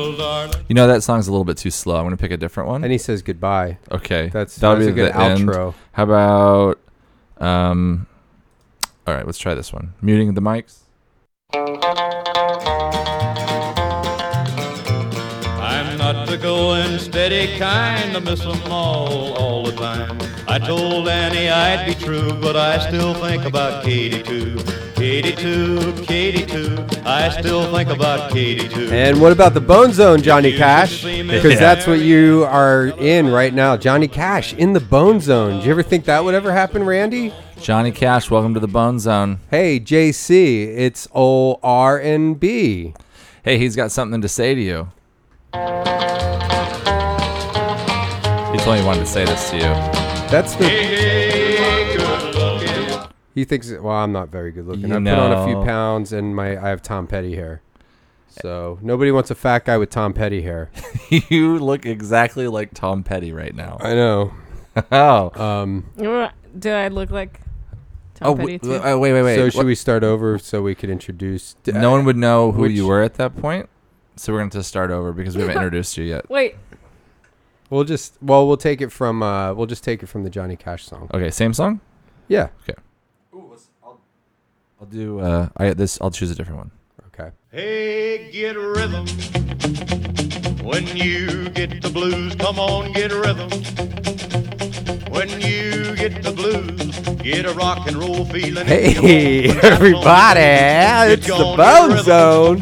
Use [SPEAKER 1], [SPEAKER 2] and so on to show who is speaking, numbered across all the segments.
[SPEAKER 1] You know that song's a little bit too slow. I'm gonna pick a different one.
[SPEAKER 2] And he says goodbye.
[SPEAKER 1] okay,
[SPEAKER 2] That's
[SPEAKER 1] that'll
[SPEAKER 2] that's a good
[SPEAKER 1] the end.
[SPEAKER 2] outro.
[SPEAKER 1] How about um all right, let's try this one. Muting the mics.
[SPEAKER 3] I'm not the going steady kind, I miss 'em all, all the time. I told Annie I'd be true, but I still think about Katie too. Katie too, Katie too, I still think about Katie too.
[SPEAKER 2] And what about the Bone Zone, Johnny Cash?
[SPEAKER 3] Yeah.
[SPEAKER 2] Because that's what you are in right now, Johnny Cash in the Bone Zone. Do you ever think that would ever happen, Randy?
[SPEAKER 1] Johnny Cash, welcome to the Bone Zone.
[SPEAKER 2] Hey, JC, it's O R N B.
[SPEAKER 1] Hey, he's got something to say to you. He told me he wanted to say this to you.
[SPEAKER 2] That's the
[SPEAKER 3] Hey, good looking.
[SPEAKER 2] he thinks. Well, I'm not very good looking.
[SPEAKER 1] You
[SPEAKER 2] I put on a few
[SPEAKER 1] know.
[SPEAKER 2] pounds, and my I have Tom Petty hair. So nobody wants a fat guy with Tom Petty hair.
[SPEAKER 1] you look exactly like Tom Petty right now.
[SPEAKER 2] I know.
[SPEAKER 1] Oh,
[SPEAKER 2] Um,
[SPEAKER 4] Do I look like Tom
[SPEAKER 1] oh,
[SPEAKER 4] Petty
[SPEAKER 1] wait,
[SPEAKER 4] too?
[SPEAKER 1] oh, wait, wait, wait.
[SPEAKER 2] so should
[SPEAKER 1] What-
[SPEAKER 2] we start over so we could introduce?
[SPEAKER 1] no one would know who
[SPEAKER 2] Which-
[SPEAKER 1] you were at that point, so we're going to start over because we haven't introduced you yet.
[SPEAKER 4] Wait,
[SPEAKER 2] We'll just well, we'll take it from uh, we'll just take it from the Johnny Cash song.
[SPEAKER 1] Okay, same song.
[SPEAKER 2] Yeah.
[SPEAKER 1] I'll do. Uh, I this. I'll choose a different one.
[SPEAKER 2] Okay.
[SPEAKER 3] Hey, get rhythm. When you get the blues, come on, get rhythm. When you get the blues, get a rock and roll feeling.
[SPEAKER 2] Hey everybody, it's the Bone Zone,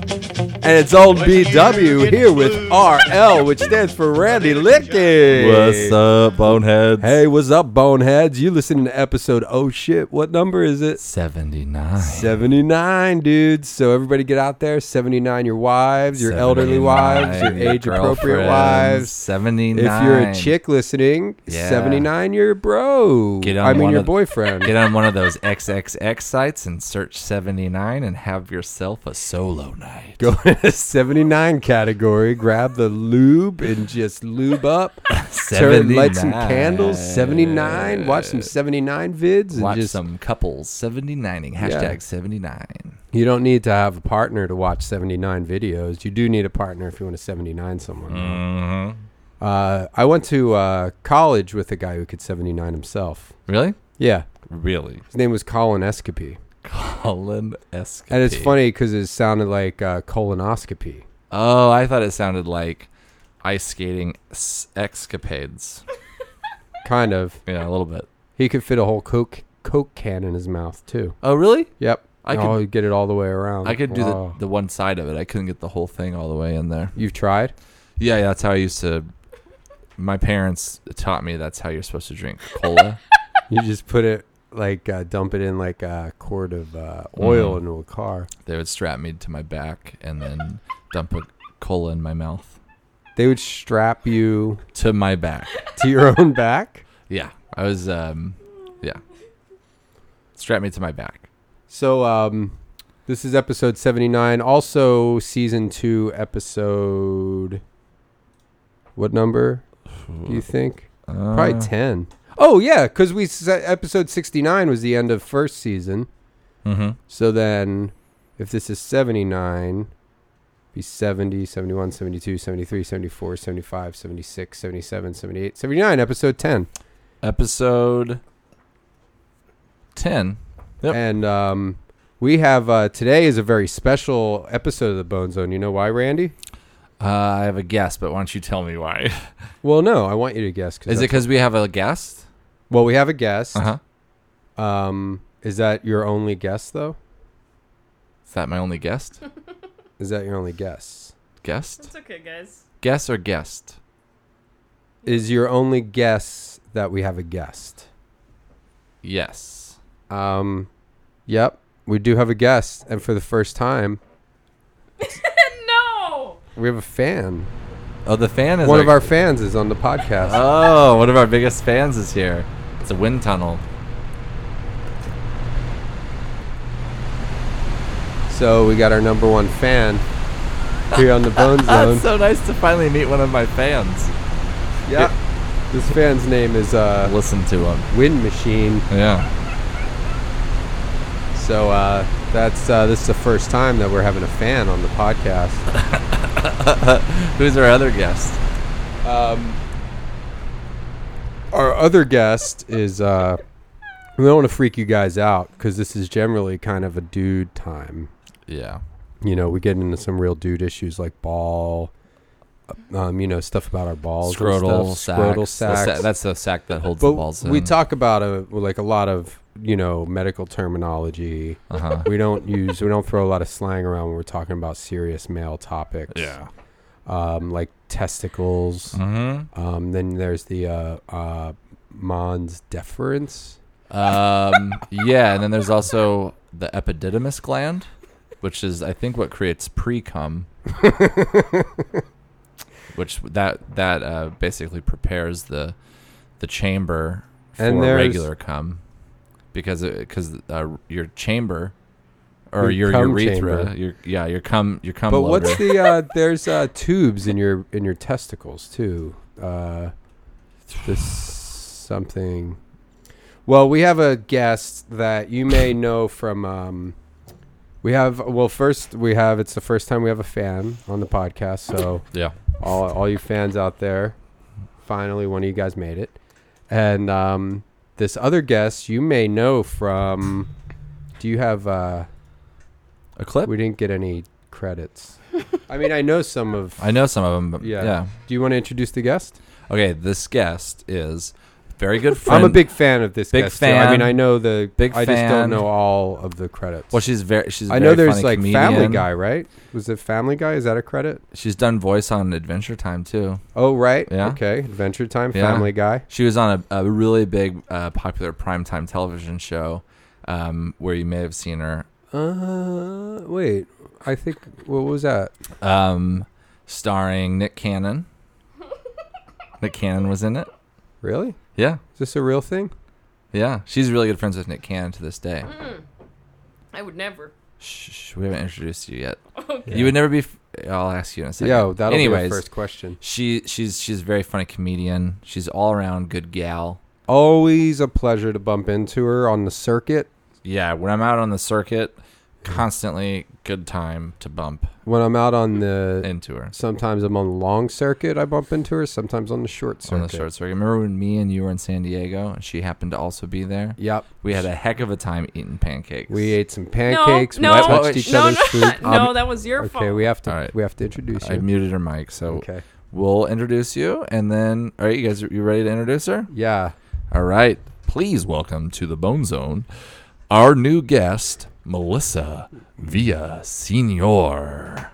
[SPEAKER 2] and it's old BW here with RL, which stands for Randy Lichty.
[SPEAKER 1] up, boneheads?
[SPEAKER 2] Hey, what's up, boneheads? You listening to episode oh shit? What number is it?
[SPEAKER 1] seventy nine.
[SPEAKER 2] Seventy nine, dudes. So everybody get out there. Seventy nine, your wives, your elderly wives, your age appropriate wives.
[SPEAKER 1] Seventy
[SPEAKER 2] If
[SPEAKER 1] nine.
[SPEAKER 2] you're a chick listening,
[SPEAKER 1] Yeah.
[SPEAKER 2] seventy nine, your bro.
[SPEAKER 1] Get on
[SPEAKER 2] I mean
[SPEAKER 1] one
[SPEAKER 2] your
[SPEAKER 1] of-
[SPEAKER 2] boyfriend.
[SPEAKER 1] Get on one of those XXX sites and search 79 and have yourself a solo night.
[SPEAKER 2] Go in the 79 category, grab the lube and just lube up. Turn, light some candles, 79, watch some 79 vids. And
[SPEAKER 1] Watch
[SPEAKER 2] just,
[SPEAKER 1] some couples 79ing. Hashtag 79.
[SPEAKER 2] You don't need to have a partner to watch 79 videos. You do need a partner if you want to 79 someone.
[SPEAKER 1] Mm-hmm.
[SPEAKER 2] Uh, I went to uh, college with a guy who could 79 himself.
[SPEAKER 1] Really?
[SPEAKER 2] Yeah.
[SPEAKER 1] Really?
[SPEAKER 2] His name was Colin Escapy.
[SPEAKER 1] Colin Escapade.
[SPEAKER 2] And it's funny because it sounded like uh, colonoscopy.
[SPEAKER 1] Oh, I thought it sounded like ice skating s- escapades.
[SPEAKER 2] Kind of.
[SPEAKER 1] Yeah, a little bit.
[SPEAKER 2] He could fit a whole Coke, Coke can in his mouth, too.
[SPEAKER 1] Oh, really?
[SPEAKER 2] Yep.
[SPEAKER 1] I
[SPEAKER 2] I
[SPEAKER 1] could-
[SPEAKER 2] could get it all the way around.
[SPEAKER 1] I could do
[SPEAKER 2] Wow.
[SPEAKER 1] the, the one side of it. I couldn't get the whole thing all the way in there.
[SPEAKER 2] You've tried?
[SPEAKER 1] Yeah, yeah, that's how I used to. My parents taught me that's how you're supposed to drink cola.
[SPEAKER 2] You just put it like uh, dump it in like a quart of uh, oil
[SPEAKER 1] Mhm.
[SPEAKER 2] into a car.
[SPEAKER 1] they would strap me to my back and then dump a cola in my mouth
[SPEAKER 2] They would strap you
[SPEAKER 1] to my back.
[SPEAKER 2] to your own back.
[SPEAKER 1] Yeah, I was. um Yeah, strap me to my back.
[SPEAKER 2] So um, this is episode seventy nine. Also, season two, episode. What number do you think?
[SPEAKER 1] Uh,
[SPEAKER 2] Probably ten. Oh yeah, because we said episode sixty nine was the end of first season.
[SPEAKER 1] Mm-hmm.
[SPEAKER 2] So then, if this is 79, be 70, 71, 72, 73, 74, 75, 76, 77, 78, 79, episode 10.
[SPEAKER 1] Episode ten. Yep.
[SPEAKER 2] And um, we have uh, today is a very special episode of the Bone Zone. You know why, Randy?
[SPEAKER 1] Uh, I have a guess, but why don't you tell me why?
[SPEAKER 2] Well, no, I want you to guess. Cause
[SPEAKER 1] Is it
[SPEAKER 2] that's-
[SPEAKER 1] because we have a guest?
[SPEAKER 2] well, we have a guest.
[SPEAKER 1] Uh huh.
[SPEAKER 2] Um, is that your only guess, though?
[SPEAKER 1] Is that my only guest?
[SPEAKER 2] Is that your only guess?
[SPEAKER 1] Guest?
[SPEAKER 4] it's okay, guys.
[SPEAKER 1] Guess or guest?
[SPEAKER 2] Is your only guess that we have a guest?
[SPEAKER 1] Yes.
[SPEAKER 2] Um, yep, we do have a guest, and for the first time,
[SPEAKER 4] no.
[SPEAKER 2] We have a fan.
[SPEAKER 1] Oh, the fan is
[SPEAKER 2] One of our fans is on the podcast.
[SPEAKER 1] Oh, one of our biggest fans is here. It's a wind tunnel.
[SPEAKER 2] so we got our number one fan here on the Bone Zone.
[SPEAKER 1] That's so nice to finally meet one of my fans.
[SPEAKER 2] yeah. This fan's name is uh,
[SPEAKER 1] Listen to him.
[SPEAKER 2] Wind Machine.
[SPEAKER 1] Yeah.
[SPEAKER 2] So uh, that's uh, this is the first time that we're having a fan on the podcast.
[SPEAKER 1] Who's our other guest?
[SPEAKER 2] Um, our other guest is. Uh, we don't want to freak you guys out because this is generally kind of a dude time.
[SPEAKER 1] Yeah.
[SPEAKER 2] You know, we get into some real dude issues like ball, um, you know, stuff about our balls, and
[SPEAKER 1] Scrotal
[SPEAKER 2] stuff,
[SPEAKER 1] sack.
[SPEAKER 2] scrotal sacks.
[SPEAKER 1] that's the sack that holds
[SPEAKER 2] but
[SPEAKER 1] the balls in.
[SPEAKER 2] we talk about a like a lot of you know medical terminology.
[SPEAKER 1] Uh-huh.
[SPEAKER 2] we don't use we don't throw a lot of slang around when we're talking about serious male topics. um, like testicles.
[SPEAKER 1] Mm-hmm.
[SPEAKER 2] Um, then there's the uh, uh, mons deferens.
[SPEAKER 1] Um, yeah, and then there's also the epididymis gland, which is I think what creates pre cum, which that that uh, basically prepares the the chamber for
[SPEAKER 2] And there's-
[SPEAKER 1] regular cum, because because uh, your chamber or your,
[SPEAKER 2] Your cum
[SPEAKER 1] urethra,
[SPEAKER 2] chamber.
[SPEAKER 1] your yeah your cum your cum.
[SPEAKER 2] But
[SPEAKER 1] loader.
[SPEAKER 2] what's the uh, there's uh, tubes in your in your testicles too. Uh, this something. Well, we have a guest that you may know from. Um, we have well, first we have it's the first time we have a fan on the podcast, so
[SPEAKER 1] yeah
[SPEAKER 2] all all you fans out there, finally one of you guys made it, and um, this other guest you may know from. Do you have? Uh,
[SPEAKER 1] a clip?
[SPEAKER 2] we didn't get any credits. I mean, I know some of.
[SPEAKER 1] I know some of them. But
[SPEAKER 2] Yeah.
[SPEAKER 1] yeah.
[SPEAKER 2] Do you want to introduce the guest?
[SPEAKER 1] Okay, this guest is very good friend.
[SPEAKER 2] I'm a big fan of this
[SPEAKER 1] Big
[SPEAKER 2] guest. too. I mean,
[SPEAKER 1] fan.
[SPEAKER 2] I know the.
[SPEAKER 1] Big
[SPEAKER 2] I just don't
[SPEAKER 1] fan.
[SPEAKER 2] know all of the credits.
[SPEAKER 1] Well, she's very. She's. a
[SPEAKER 2] I know
[SPEAKER 1] very
[SPEAKER 2] there's
[SPEAKER 1] funny
[SPEAKER 2] like
[SPEAKER 1] comedian.
[SPEAKER 2] Family Guy, right? Was it Family Guy? Is that a credit?
[SPEAKER 1] She's done voice on Adventure Time too.
[SPEAKER 2] Oh, right.
[SPEAKER 1] Yeah.
[SPEAKER 2] Okay. Adventure Time,
[SPEAKER 1] Yeah.
[SPEAKER 2] Family Guy.
[SPEAKER 1] She was on a, a really big, uh, popular primetime television show um, where you may have seen her,
[SPEAKER 2] Uh, wait. I think what was that?
[SPEAKER 1] um, starring Nick Cannon. Nick Cannon was in it.
[SPEAKER 2] Really?
[SPEAKER 1] Yeah,
[SPEAKER 2] Is this a real thing?
[SPEAKER 1] yeah. She's really good friends with Nick Cannon to this day.
[SPEAKER 4] I would never.
[SPEAKER 1] Shh, shh, we haven't introduced you yet.
[SPEAKER 4] Okay.
[SPEAKER 1] You would never be. F- I'll ask you in a second.
[SPEAKER 2] Yo, that'll be
[SPEAKER 1] Anyways,
[SPEAKER 2] the first question.
[SPEAKER 1] she she's she's a very funny comedian. She's all around good gal.
[SPEAKER 2] Always a pleasure to bump into her on the circuit.
[SPEAKER 1] Yeah, when I'm out on the circuit, constantly good time to bump
[SPEAKER 2] When I'm out on the
[SPEAKER 1] into her.
[SPEAKER 2] Sometimes I'm on the long circuit. I bump into her. Sometimes on the short circuit.
[SPEAKER 1] on the short circuit. Remember when me and you were in San Diego and she happened to also be there?
[SPEAKER 2] Yep.
[SPEAKER 1] We had a heck of a time eating pancakes.
[SPEAKER 2] We ate some pancakes.
[SPEAKER 4] no,
[SPEAKER 2] we
[SPEAKER 1] Wait, wait,
[SPEAKER 2] touched
[SPEAKER 1] wait,
[SPEAKER 2] each
[SPEAKER 1] no,
[SPEAKER 2] other's
[SPEAKER 4] no,
[SPEAKER 2] food. Um,
[SPEAKER 4] no, that was your fault.
[SPEAKER 2] okay, we have to.
[SPEAKER 1] All right.
[SPEAKER 2] We have to introduce
[SPEAKER 1] I
[SPEAKER 2] you.
[SPEAKER 1] muted her mic, so
[SPEAKER 2] okay.
[SPEAKER 1] we'll introduce you and then all right, you guys you ready to introduce her?
[SPEAKER 2] Yeah.
[SPEAKER 1] All right. Please welcome to the Bone Zone our new guest, Melissa Villa Senior.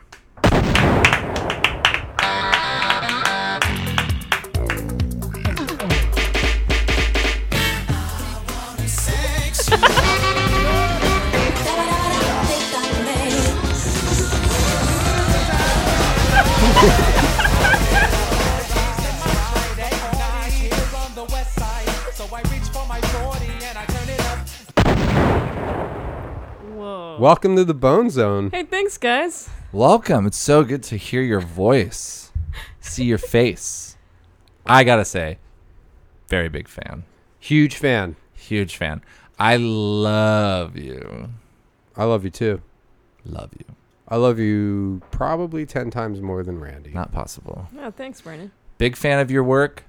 [SPEAKER 4] Whoa.
[SPEAKER 2] Welcome to the Bone Zone.
[SPEAKER 4] hey, thanks, guys.
[SPEAKER 1] Welcome. It's so good to hear your voice, see your face. I gotta say, very big fan.
[SPEAKER 2] Huge fan.
[SPEAKER 1] Huge fan. I love you.
[SPEAKER 2] I love you too.
[SPEAKER 1] Love you.
[SPEAKER 2] I love you probably ten times more than Randy.
[SPEAKER 1] Not possible.
[SPEAKER 4] Oh, thanks, Brandon.
[SPEAKER 1] Big fan of your work.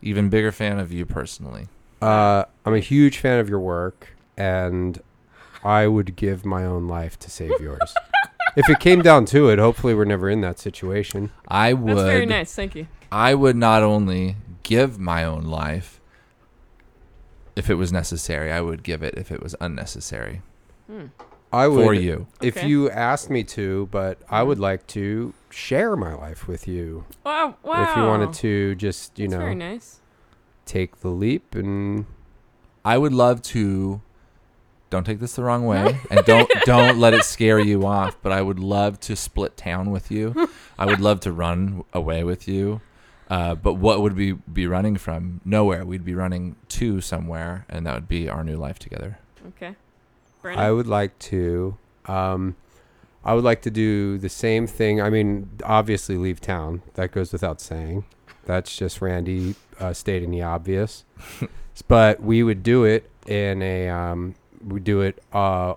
[SPEAKER 1] Even bigger fan of you personally.
[SPEAKER 2] Uh, I'm a huge fan of your work, and I would give my own life to save yours. if it came down to it, hopefully we're never in that situation.
[SPEAKER 1] I would.
[SPEAKER 4] That's very nice. Thank you.
[SPEAKER 1] I would not only give my own life if it was necessary. I would give it if it was unnecessary
[SPEAKER 2] I would
[SPEAKER 1] for you.
[SPEAKER 2] if
[SPEAKER 4] Okay. Mm.
[SPEAKER 2] you asked me to, but I would like to share my life with you.
[SPEAKER 4] Wow. Wow.
[SPEAKER 2] If you wanted to just, you
[SPEAKER 4] That's
[SPEAKER 2] know,
[SPEAKER 4] very nice.
[SPEAKER 2] take the leap and
[SPEAKER 1] I would love to. Don't take this the wrong way, and don't don't let it scare you off. But I would love to split town with you. I would love to run away with you. Uh, but what would we be running from? Nowhere. We'd be running to somewhere, and that would be our new life together.
[SPEAKER 4] Okay.
[SPEAKER 2] I
[SPEAKER 4] Brandon.
[SPEAKER 2] would like to um I would like to do the same thing. I mean, obviously leave town. That goes without saying. That's just Randy uh, stating the obvious. but we would do it in a um we do it uh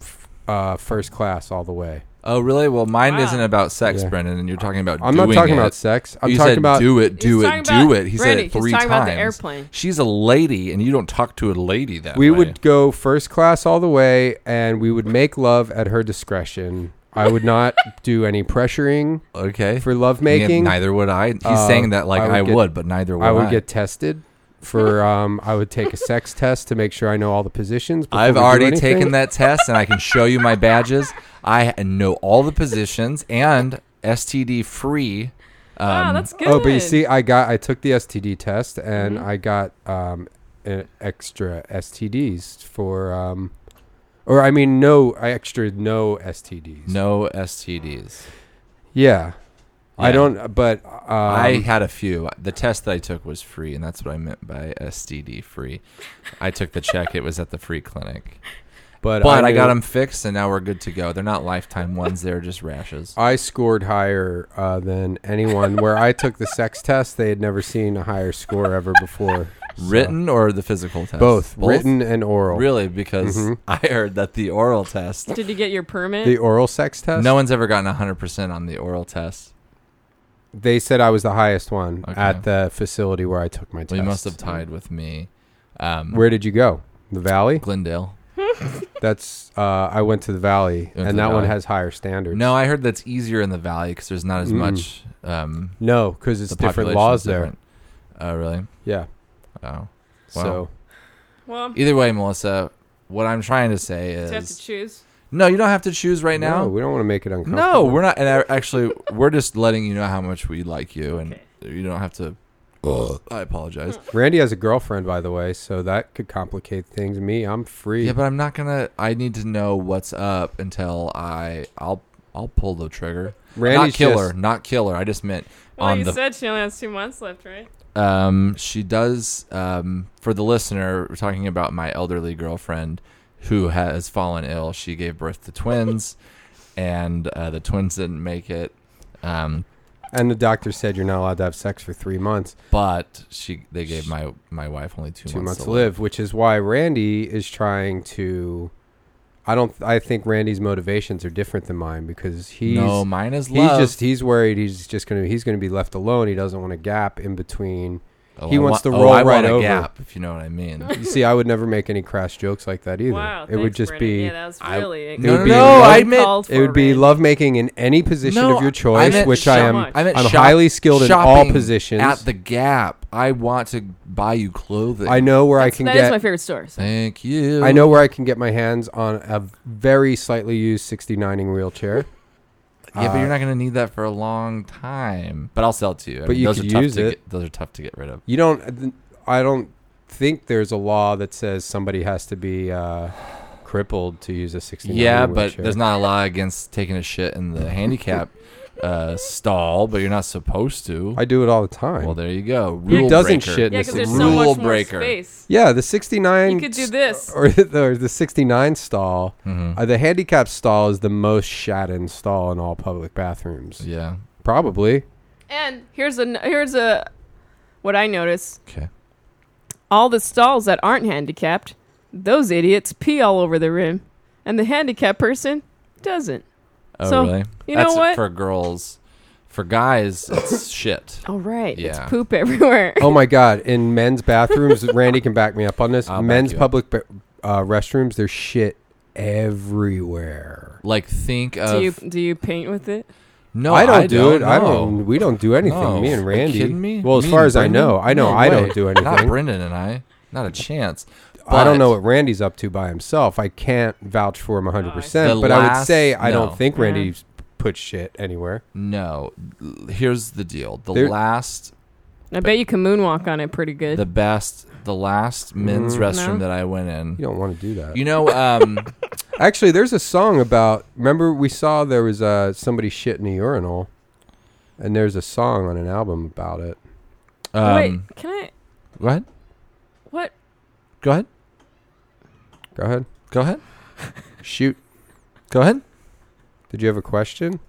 [SPEAKER 2] f- uh first class all the way.
[SPEAKER 1] Oh, really? Well, mine
[SPEAKER 4] Wow.
[SPEAKER 1] isn't about sex,
[SPEAKER 2] Yeah.
[SPEAKER 1] Brendan, and you're talking about.
[SPEAKER 2] I'm not
[SPEAKER 1] doing
[SPEAKER 2] talking
[SPEAKER 1] it.
[SPEAKER 2] about sex. I'm
[SPEAKER 1] you
[SPEAKER 2] talking
[SPEAKER 1] said,
[SPEAKER 2] about
[SPEAKER 1] do it, do
[SPEAKER 4] He's
[SPEAKER 1] it,
[SPEAKER 4] talking
[SPEAKER 1] do
[SPEAKER 4] about-
[SPEAKER 1] it. He
[SPEAKER 4] Brandy,
[SPEAKER 1] said it
[SPEAKER 4] he's
[SPEAKER 1] three
[SPEAKER 4] talking
[SPEAKER 1] times.
[SPEAKER 4] about the airplane.
[SPEAKER 1] She's a lady, and you don't talk to a lady that
[SPEAKER 2] we
[SPEAKER 1] way.
[SPEAKER 2] would go first class all the way and we would make love at her discretion. I would not do any pressuring
[SPEAKER 1] okay
[SPEAKER 2] for
[SPEAKER 1] Yeah,
[SPEAKER 2] lovemaking.
[SPEAKER 1] Neither would I. He's
[SPEAKER 2] Uh,
[SPEAKER 1] saying that like
[SPEAKER 2] I would
[SPEAKER 1] I would,
[SPEAKER 2] get-
[SPEAKER 1] but neither would
[SPEAKER 2] I would get tested for um I would take a sex test to make sure I know all the positions. before
[SPEAKER 1] I've
[SPEAKER 2] we do
[SPEAKER 1] already
[SPEAKER 2] anything.
[SPEAKER 1] taken that test, and I can show you my badges. I know all the positions and STD free. Um,
[SPEAKER 4] wow, that's good.
[SPEAKER 2] Oh, but you see I got I took the STD test and
[SPEAKER 1] Mm-hmm.
[SPEAKER 2] I got um e- extra STDs for um or I mean no I extra no STDs.
[SPEAKER 1] no STDs.
[SPEAKER 2] Yeah. I
[SPEAKER 1] Yeah.
[SPEAKER 2] don't but um,
[SPEAKER 1] I had a few. The test that I took was free, and that's what I meant by STD free. I took the check; it was at the free clinic.
[SPEAKER 2] but,
[SPEAKER 1] But I,
[SPEAKER 2] knew-
[SPEAKER 1] got them fixed, and now we're good to go. They're not lifetime ones; they're just rashes.
[SPEAKER 2] I scored higher uh, than anyone. Where I took the sex test, they had never seen a higher score ever before. So,
[SPEAKER 1] Written or the physical test?
[SPEAKER 2] both, written and oral.
[SPEAKER 1] Really? Because
[SPEAKER 2] Mhm.
[SPEAKER 1] I heard that the oral test.
[SPEAKER 4] Did you get your permit?
[SPEAKER 2] The oral sex test.
[SPEAKER 1] No one's ever gotten hundred percent on the oral test.
[SPEAKER 2] they said I was the highest one
[SPEAKER 1] Okay.
[SPEAKER 2] at the facility where I took my test.
[SPEAKER 1] Well, you must have tied with me. Um,
[SPEAKER 2] Where did you go? The Valley.
[SPEAKER 1] Glendale?
[SPEAKER 2] That's. Uh, I went to the Valley,
[SPEAKER 1] went to
[SPEAKER 2] and
[SPEAKER 1] the
[SPEAKER 2] that one
[SPEAKER 1] Valley?
[SPEAKER 2] has higher standards.
[SPEAKER 1] No, I heard that's easier in the valley because there's not as
[SPEAKER 2] Mm-mm.
[SPEAKER 1] much. Um,
[SPEAKER 2] no, because Mm. it's
[SPEAKER 1] the
[SPEAKER 2] different
[SPEAKER 1] population's
[SPEAKER 2] laws there.
[SPEAKER 1] different. Oh, really?
[SPEAKER 2] Yeah.
[SPEAKER 1] Oh.
[SPEAKER 2] So
[SPEAKER 4] well,
[SPEAKER 1] Either way, Melissa, what I'm trying to say
[SPEAKER 4] you have to
[SPEAKER 1] is
[SPEAKER 4] choose.
[SPEAKER 1] no, you don't have to choose right
[SPEAKER 2] no,
[SPEAKER 1] now.
[SPEAKER 2] we don't want to make it uncomfortable.
[SPEAKER 1] No, we're not. And I- actually, we're just letting you know how much we like you, and you don't have to. I apologize.
[SPEAKER 2] Randy has a girlfriend, by the way, so that could complicate things. Me, I'm free.
[SPEAKER 1] Yeah, but I'm not gonna. I need to know what's up until I. I'll. I'll pull the trigger.
[SPEAKER 2] Randy's
[SPEAKER 1] not killer.
[SPEAKER 2] just-
[SPEAKER 1] Not killer. I just meant
[SPEAKER 4] Well,
[SPEAKER 1] on
[SPEAKER 4] you
[SPEAKER 1] the
[SPEAKER 4] said she only has two months left, right?
[SPEAKER 1] Um, she does. Um, for the listener, we're talking about my elderly girlfriend who has fallen ill. She gave birth to twins, and uh, the twins didn't make it. Um,
[SPEAKER 2] And the doctor said you're not allowed to have sex for three months,
[SPEAKER 1] but she they gave my my wife only two,
[SPEAKER 2] two months,
[SPEAKER 1] months
[SPEAKER 2] to live, which is why Randy is trying to. I don't. I think Randy's motivations are different than mine because he's
[SPEAKER 1] no, mine is
[SPEAKER 2] he's
[SPEAKER 1] love.
[SPEAKER 2] just he's worried. He's just gonna he's gonna be left alone. He doesn't want a gap in between.
[SPEAKER 1] Oh,
[SPEAKER 2] he
[SPEAKER 1] I
[SPEAKER 2] wants
[SPEAKER 1] wa-
[SPEAKER 2] to
[SPEAKER 1] oh,
[SPEAKER 2] roll
[SPEAKER 1] I
[SPEAKER 2] right
[SPEAKER 1] want a
[SPEAKER 2] over.
[SPEAKER 1] gap, if you know what I mean. no,
[SPEAKER 2] You see, I would never make any crass jokes like that either.
[SPEAKER 4] Wow,
[SPEAKER 2] it would
[SPEAKER 4] thanks,
[SPEAKER 2] just
[SPEAKER 4] Brandon.
[SPEAKER 2] be
[SPEAKER 4] yeah, that was
[SPEAKER 1] I-
[SPEAKER 4] really
[SPEAKER 2] It would
[SPEAKER 1] no,
[SPEAKER 2] be
[SPEAKER 1] no.
[SPEAKER 2] love-
[SPEAKER 1] I meant
[SPEAKER 4] Called for
[SPEAKER 2] it would be
[SPEAKER 4] Randy.
[SPEAKER 2] lovemaking in any position
[SPEAKER 1] no,
[SPEAKER 2] of
[SPEAKER 1] I
[SPEAKER 2] your choice,
[SPEAKER 1] meant
[SPEAKER 2] which
[SPEAKER 1] shop-
[SPEAKER 2] I
[SPEAKER 4] So much.
[SPEAKER 2] am.
[SPEAKER 1] I meant
[SPEAKER 2] I'm
[SPEAKER 1] shop-
[SPEAKER 2] highly skilled in all
[SPEAKER 1] shopping
[SPEAKER 2] positions.
[SPEAKER 1] At the Gap, I want to buy you clothing.
[SPEAKER 2] I know where I
[SPEAKER 4] That's-
[SPEAKER 2] can
[SPEAKER 4] that
[SPEAKER 2] get.
[SPEAKER 4] is my favorite store. so-
[SPEAKER 1] Thank you.
[SPEAKER 2] I know where I can get my hands on a very slightly used 69ing wheelchair,
[SPEAKER 1] Yeah, but
[SPEAKER 2] Uh,
[SPEAKER 1] you're not going to need that for a long time. But I'll sell it to you. I
[SPEAKER 2] But you
[SPEAKER 1] those
[SPEAKER 2] could
[SPEAKER 1] are tough
[SPEAKER 2] use
[SPEAKER 1] to
[SPEAKER 2] it.
[SPEAKER 1] Get, those are tough to get rid of.
[SPEAKER 2] you don't. uh, I don't think there's a law that says somebody has to be uh, crippled to use a 69.
[SPEAKER 1] Yeah, but
[SPEAKER 2] wheelchair.
[SPEAKER 1] there's not a law against taking a shit in the handicap uh, stall, but you're not supposed to.
[SPEAKER 2] I do it all the time.
[SPEAKER 1] well, there you go.
[SPEAKER 2] Who
[SPEAKER 1] Rule
[SPEAKER 2] doesn't
[SPEAKER 1] breaker.
[SPEAKER 2] shit in
[SPEAKER 4] Yeah,
[SPEAKER 2] a
[SPEAKER 4] because there's
[SPEAKER 2] 69?
[SPEAKER 4] so
[SPEAKER 1] Rule
[SPEAKER 4] much
[SPEAKER 1] breaker.
[SPEAKER 4] more space.
[SPEAKER 2] yeah, the 69.
[SPEAKER 4] You could do this.
[SPEAKER 2] st- Or the, or the 69 stall.
[SPEAKER 1] Mhm.
[SPEAKER 2] Uh, the handicap stall is the most shat in stall in all public bathrooms.
[SPEAKER 1] Yeah.
[SPEAKER 2] Probably.
[SPEAKER 4] And here's a here's a what I notice.
[SPEAKER 1] Okay.
[SPEAKER 4] All the stalls that aren't handicapped, those idiots pee all over the rim, and the handicapped person doesn't.
[SPEAKER 1] Oh,
[SPEAKER 4] So,
[SPEAKER 1] really?
[SPEAKER 4] you
[SPEAKER 1] That's
[SPEAKER 4] know what?
[SPEAKER 1] for girls. For guys, it's shit.
[SPEAKER 4] All right,
[SPEAKER 1] Yeah.
[SPEAKER 4] it's poop everywhere.
[SPEAKER 2] Oh my God! In men's bathrooms, Randy can back me up on this.
[SPEAKER 1] I'll back
[SPEAKER 2] men's
[SPEAKER 1] you up.
[SPEAKER 2] public ba- uh, restrooms, there's shit everywhere.
[SPEAKER 1] Like, think of.
[SPEAKER 4] do you do you paint with it?
[SPEAKER 1] no,
[SPEAKER 2] I don't do it. I
[SPEAKER 1] know.
[SPEAKER 2] don't. We don't do anything.
[SPEAKER 1] No.
[SPEAKER 2] Me and
[SPEAKER 1] Are you
[SPEAKER 2] Randy.
[SPEAKER 1] kidding me?
[SPEAKER 2] Well, as
[SPEAKER 1] Me
[SPEAKER 2] far
[SPEAKER 1] and
[SPEAKER 2] as I know,
[SPEAKER 1] Brendan?
[SPEAKER 2] I know
[SPEAKER 1] No
[SPEAKER 2] I
[SPEAKER 1] way.
[SPEAKER 2] don't do anything.
[SPEAKER 1] Not Brendan and I. Not a chance.
[SPEAKER 2] I don't
[SPEAKER 1] But-
[SPEAKER 2] know what Randy's up to by himself. I can't vouch for him 100.
[SPEAKER 1] The
[SPEAKER 2] percent But I would
[SPEAKER 1] last-
[SPEAKER 2] say I
[SPEAKER 1] no.
[SPEAKER 2] don't think
[SPEAKER 4] Yeah.
[SPEAKER 2] Randy's put shit anywhere.
[SPEAKER 1] No. L- Here's the deal. The
[SPEAKER 2] There-
[SPEAKER 1] last,
[SPEAKER 4] I bet you can moonwalk on it pretty good.
[SPEAKER 1] the best, the last men's
[SPEAKER 2] Mm.
[SPEAKER 1] restroom
[SPEAKER 4] No?
[SPEAKER 1] that I went in.
[SPEAKER 2] You don't want to do that.
[SPEAKER 1] You know, um,
[SPEAKER 2] Actually, there's a song about. Remember, we saw there was uh, somebody shit in a urinal, and there's a song on an album about it.
[SPEAKER 1] um
[SPEAKER 4] Wait, can I?
[SPEAKER 1] go ahead.
[SPEAKER 4] What?
[SPEAKER 1] Go ahead.
[SPEAKER 2] Go ahead,
[SPEAKER 1] Go ahead.
[SPEAKER 2] shoot.
[SPEAKER 1] Go ahead.
[SPEAKER 2] Did you have a question?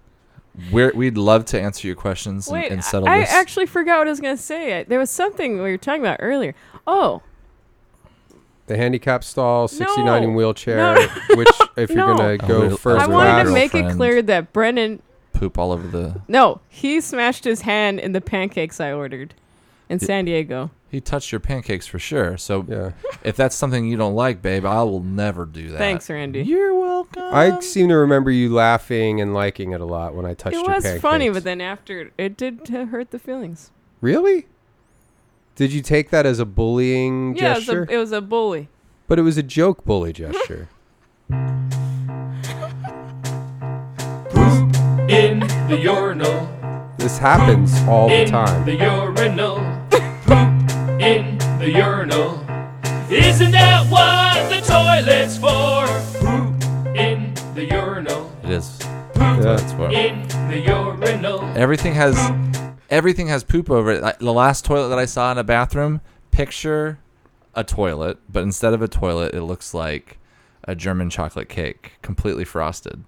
[SPEAKER 1] We're, we'd love to answer your questions and,
[SPEAKER 4] Wait,
[SPEAKER 1] and settle
[SPEAKER 4] I I
[SPEAKER 1] this.
[SPEAKER 4] actually forgot what I was gonna say. I, there was something we were talking about earlier. Oh,
[SPEAKER 2] The handicap stall, 69 in
[SPEAKER 4] No.
[SPEAKER 2] wheelchair,
[SPEAKER 4] No.
[SPEAKER 2] which, if you're
[SPEAKER 4] No.
[SPEAKER 2] going to
[SPEAKER 1] I
[SPEAKER 2] go
[SPEAKER 1] really- I
[SPEAKER 2] first,
[SPEAKER 4] I wanted to
[SPEAKER 1] Girlfriend.
[SPEAKER 4] make it clear that Brennan,
[SPEAKER 1] Poop all over the.
[SPEAKER 4] no, he smashed his hand in the pancakes I ordered in
[SPEAKER 1] Yeah.
[SPEAKER 4] San Diego.
[SPEAKER 1] He touched your pancakes for sure. So
[SPEAKER 2] Yeah.
[SPEAKER 1] if that's something you don't like, babe, I will never do that.
[SPEAKER 4] Thanks, Randy.
[SPEAKER 1] You're
[SPEAKER 4] Uh,
[SPEAKER 1] welcome.
[SPEAKER 2] I seem to remember you laughing and liking it a lot when I touched
[SPEAKER 4] it
[SPEAKER 2] your
[SPEAKER 4] was
[SPEAKER 2] pancakes.
[SPEAKER 4] funny, but then after it did uh, hurt the feelings.
[SPEAKER 2] Really? Did you take that as a bullying
[SPEAKER 4] Yeah, it was,
[SPEAKER 2] gesture?
[SPEAKER 4] a, it was a bully.
[SPEAKER 2] but it was a joke bully gesture.
[SPEAKER 5] Poop in the urinal.
[SPEAKER 2] this happens all the
[SPEAKER 5] in
[SPEAKER 2] time.
[SPEAKER 5] the urinal. Poop in the urinal. Isn't that what the toilet's for? Poop in the urinal.
[SPEAKER 1] It is.
[SPEAKER 2] Yeah.
[SPEAKER 1] That's what.
[SPEAKER 5] In the urinal.
[SPEAKER 1] Everything has everything has poop over it. Like, The last toilet that I saw in a bathroom, picture a toilet, but instead of a toilet, it looks like a German chocolate cake, completely frosted,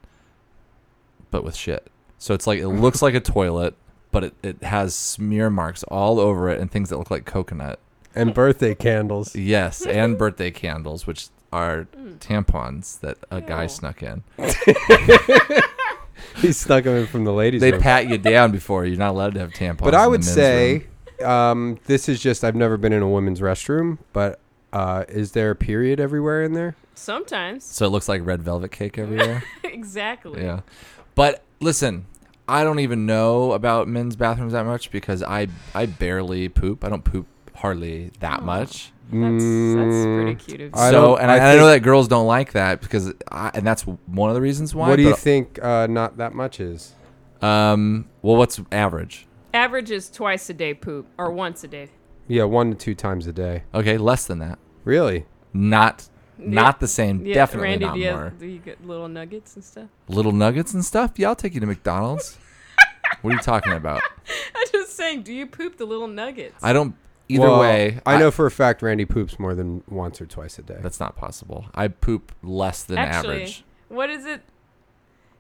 [SPEAKER 1] but with shit. So it's like it looks like a toilet, but it, it has smear marks all over it and things that look like coconut.
[SPEAKER 2] And birthday candles.
[SPEAKER 1] Yes, and birthday candles, which are tampons that a guy
[SPEAKER 4] Ew.
[SPEAKER 1] snuck in.
[SPEAKER 2] He snuck them in from the ladies'
[SPEAKER 1] They
[SPEAKER 2] room.
[SPEAKER 1] pat you down before you're not allowed to have tampons.
[SPEAKER 2] But
[SPEAKER 1] in
[SPEAKER 2] I
[SPEAKER 1] the
[SPEAKER 2] would
[SPEAKER 1] men's
[SPEAKER 2] say
[SPEAKER 1] room.
[SPEAKER 2] um, this is just I've never been in a women's restroom, but uh, is there a period everywhere in there?
[SPEAKER 4] Sometimes.
[SPEAKER 1] so. It looks like red velvet cake everywhere.
[SPEAKER 4] exactly.
[SPEAKER 1] Yeah. But listen, I don't even know about men's bathrooms that much because I I barely poop. I don't poop hardly that
[SPEAKER 4] Oh.
[SPEAKER 1] much.
[SPEAKER 4] That's, that's pretty
[SPEAKER 2] Mm,
[SPEAKER 4] cute of you.
[SPEAKER 2] I
[SPEAKER 1] so
[SPEAKER 2] don't-
[SPEAKER 1] and
[SPEAKER 2] I
[SPEAKER 1] I, I know
[SPEAKER 2] think-
[SPEAKER 1] that girls don't like that because I, and that's one of the reasons why.
[SPEAKER 2] what do you
[SPEAKER 1] but,
[SPEAKER 2] think? Uh, not that much is.
[SPEAKER 1] Um. Well, what's average?
[SPEAKER 4] Average is twice a day poop, or once a day.
[SPEAKER 2] Yeah, one to two times a day.
[SPEAKER 1] Okay, less than that.
[SPEAKER 2] Really?
[SPEAKER 1] Not. Not the same.
[SPEAKER 4] Yeah,
[SPEAKER 1] Definitely
[SPEAKER 4] Randy,
[SPEAKER 1] not
[SPEAKER 4] do you, have-
[SPEAKER 1] more.
[SPEAKER 4] do you get little nuggets and stuff?
[SPEAKER 1] Little nuggets and stuff. Yeah, I'll take you to McDonald's. what are you talking about?
[SPEAKER 4] I'm just saying, do you poop the little nuggets?
[SPEAKER 1] I don't. Either
[SPEAKER 2] Well,
[SPEAKER 1] way,
[SPEAKER 2] I know for a fact Randy poops more than once or twice a day.
[SPEAKER 1] that's not possible. I poop less than
[SPEAKER 4] Actually,
[SPEAKER 1] average.
[SPEAKER 4] what is it?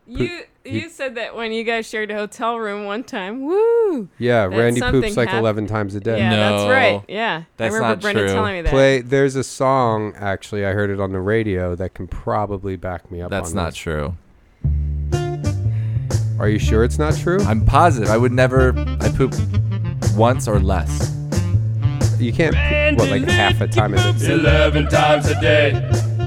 [SPEAKER 4] You
[SPEAKER 2] you-
[SPEAKER 4] you said that when you guys shared a hotel room one time. Woo!
[SPEAKER 2] yeah,
[SPEAKER 4] That
[SPEAKER 2] Randy
[SPEAKER 4] something
[SPEAKER 2] poops like
[SPEAKER 4] hap-
[SPEAKER 2] eleven times a day.
[SPEAKER 4] Yeah, that's
[SPEAKER 1] No.
[SPEAKER 4] right. Yeah,
[SPEAKER 1] That's
[SPEAKER 4] I remember
[SPEAKER 1] not
[SPEAKER 4] Brenda
[SPEAKER 1] true.
[SPEAKER 4] telling me that.
[SPEAKER 2] Play. There's a song actually. I heard it on the radio that can probably back me up.
[SPEAKER 1] That's
[SPEAKER 2] on
[SPEAKER 1] not
[SPEAKER 2] this.
[SPEAKER 1] true.
[SPEAKER 2] Are you sure it's not true?
[SPEAKER 1] I'm positive. I would never. I poop once or less.
[SPEAKER 2] you can't. poop, What like half a time a day?
[SPEAKER 5] Eleven times a day.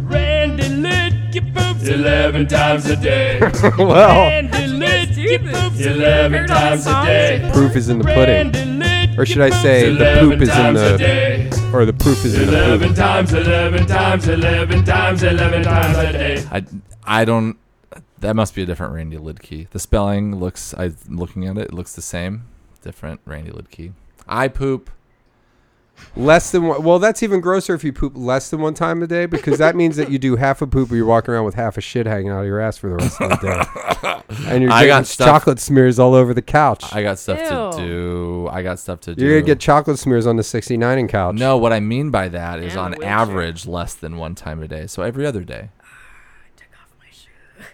[SPEAKER 5] Randy Lidke poops. Eleven times a day.
[SPEAKER 2] well,
[SPEAKER 5] Randy
[SPEAKER 4] Let's do
[SPEAKER 5] Lidke
[SPEAKER 4] this.
[SPEAKER 5] poops.
[SPEAKER 4] Heard all
[SPEAKER 5] Eleven
[SPEAKER 4] the
[SPEAKER 5] times a
[SPEAKER 4] songs
[SPEAKER 5] day.
[SPEAKER 4] before.
[SPEAKER 2] proof is in the pudding.
[SPEAKER 5] Randy Lidke
[SPEAKER 2] Or should I
[SPEAKER 5] poops
[SPEAKER 2] say the
[SPEAKER 5] 11
[SPEAKER 2] poop is in
[SPEAKER 5] times a
[SPEAKER 2] the-
[SPEAKER 5] day.
[SPEAKER 2] Or the proof is in the
[SPEAKER 5] Eleven
[SPEAKER 2] poop.
[SPEAKER 5] times, eleven times, eleven times, eleven times a day.
[SPEAKER 1] I. I don't. That must be a different Randy Lidkey. The spelling looks. I looking at it. It looks the same. Different Randy Lidkey. I poop.
[SPEAKER 2] Less than one. Well, that's even grosser if you poop less than one time a day because that means that you do half a poop or you're walking around with half a shit hanging out of your ass for the rest of the day. and you're
[SPEAKER 1] I
[SPEAKER 2] getting
[SPEAKER 1] got stuff-
[SPEAKER 2] chocolate smears all over the couch.
[SPEAKER 1] I got stuff to
[SPEAKER 4] Ew.
[SPEAKER 1] do. I got stuff to do.
[SPEAKER 2] you're going to get chocolate smears on the 69 and couch.
[SPEAKER 1] no, what I mean by that is
[SPEAKER 4] And a
[SPEAKER 1] on
[SPEAKER 4] wheelchair.
[SPEAKER 1] average less than one time a day. So every other day.
[SPEAKER 4] Ah,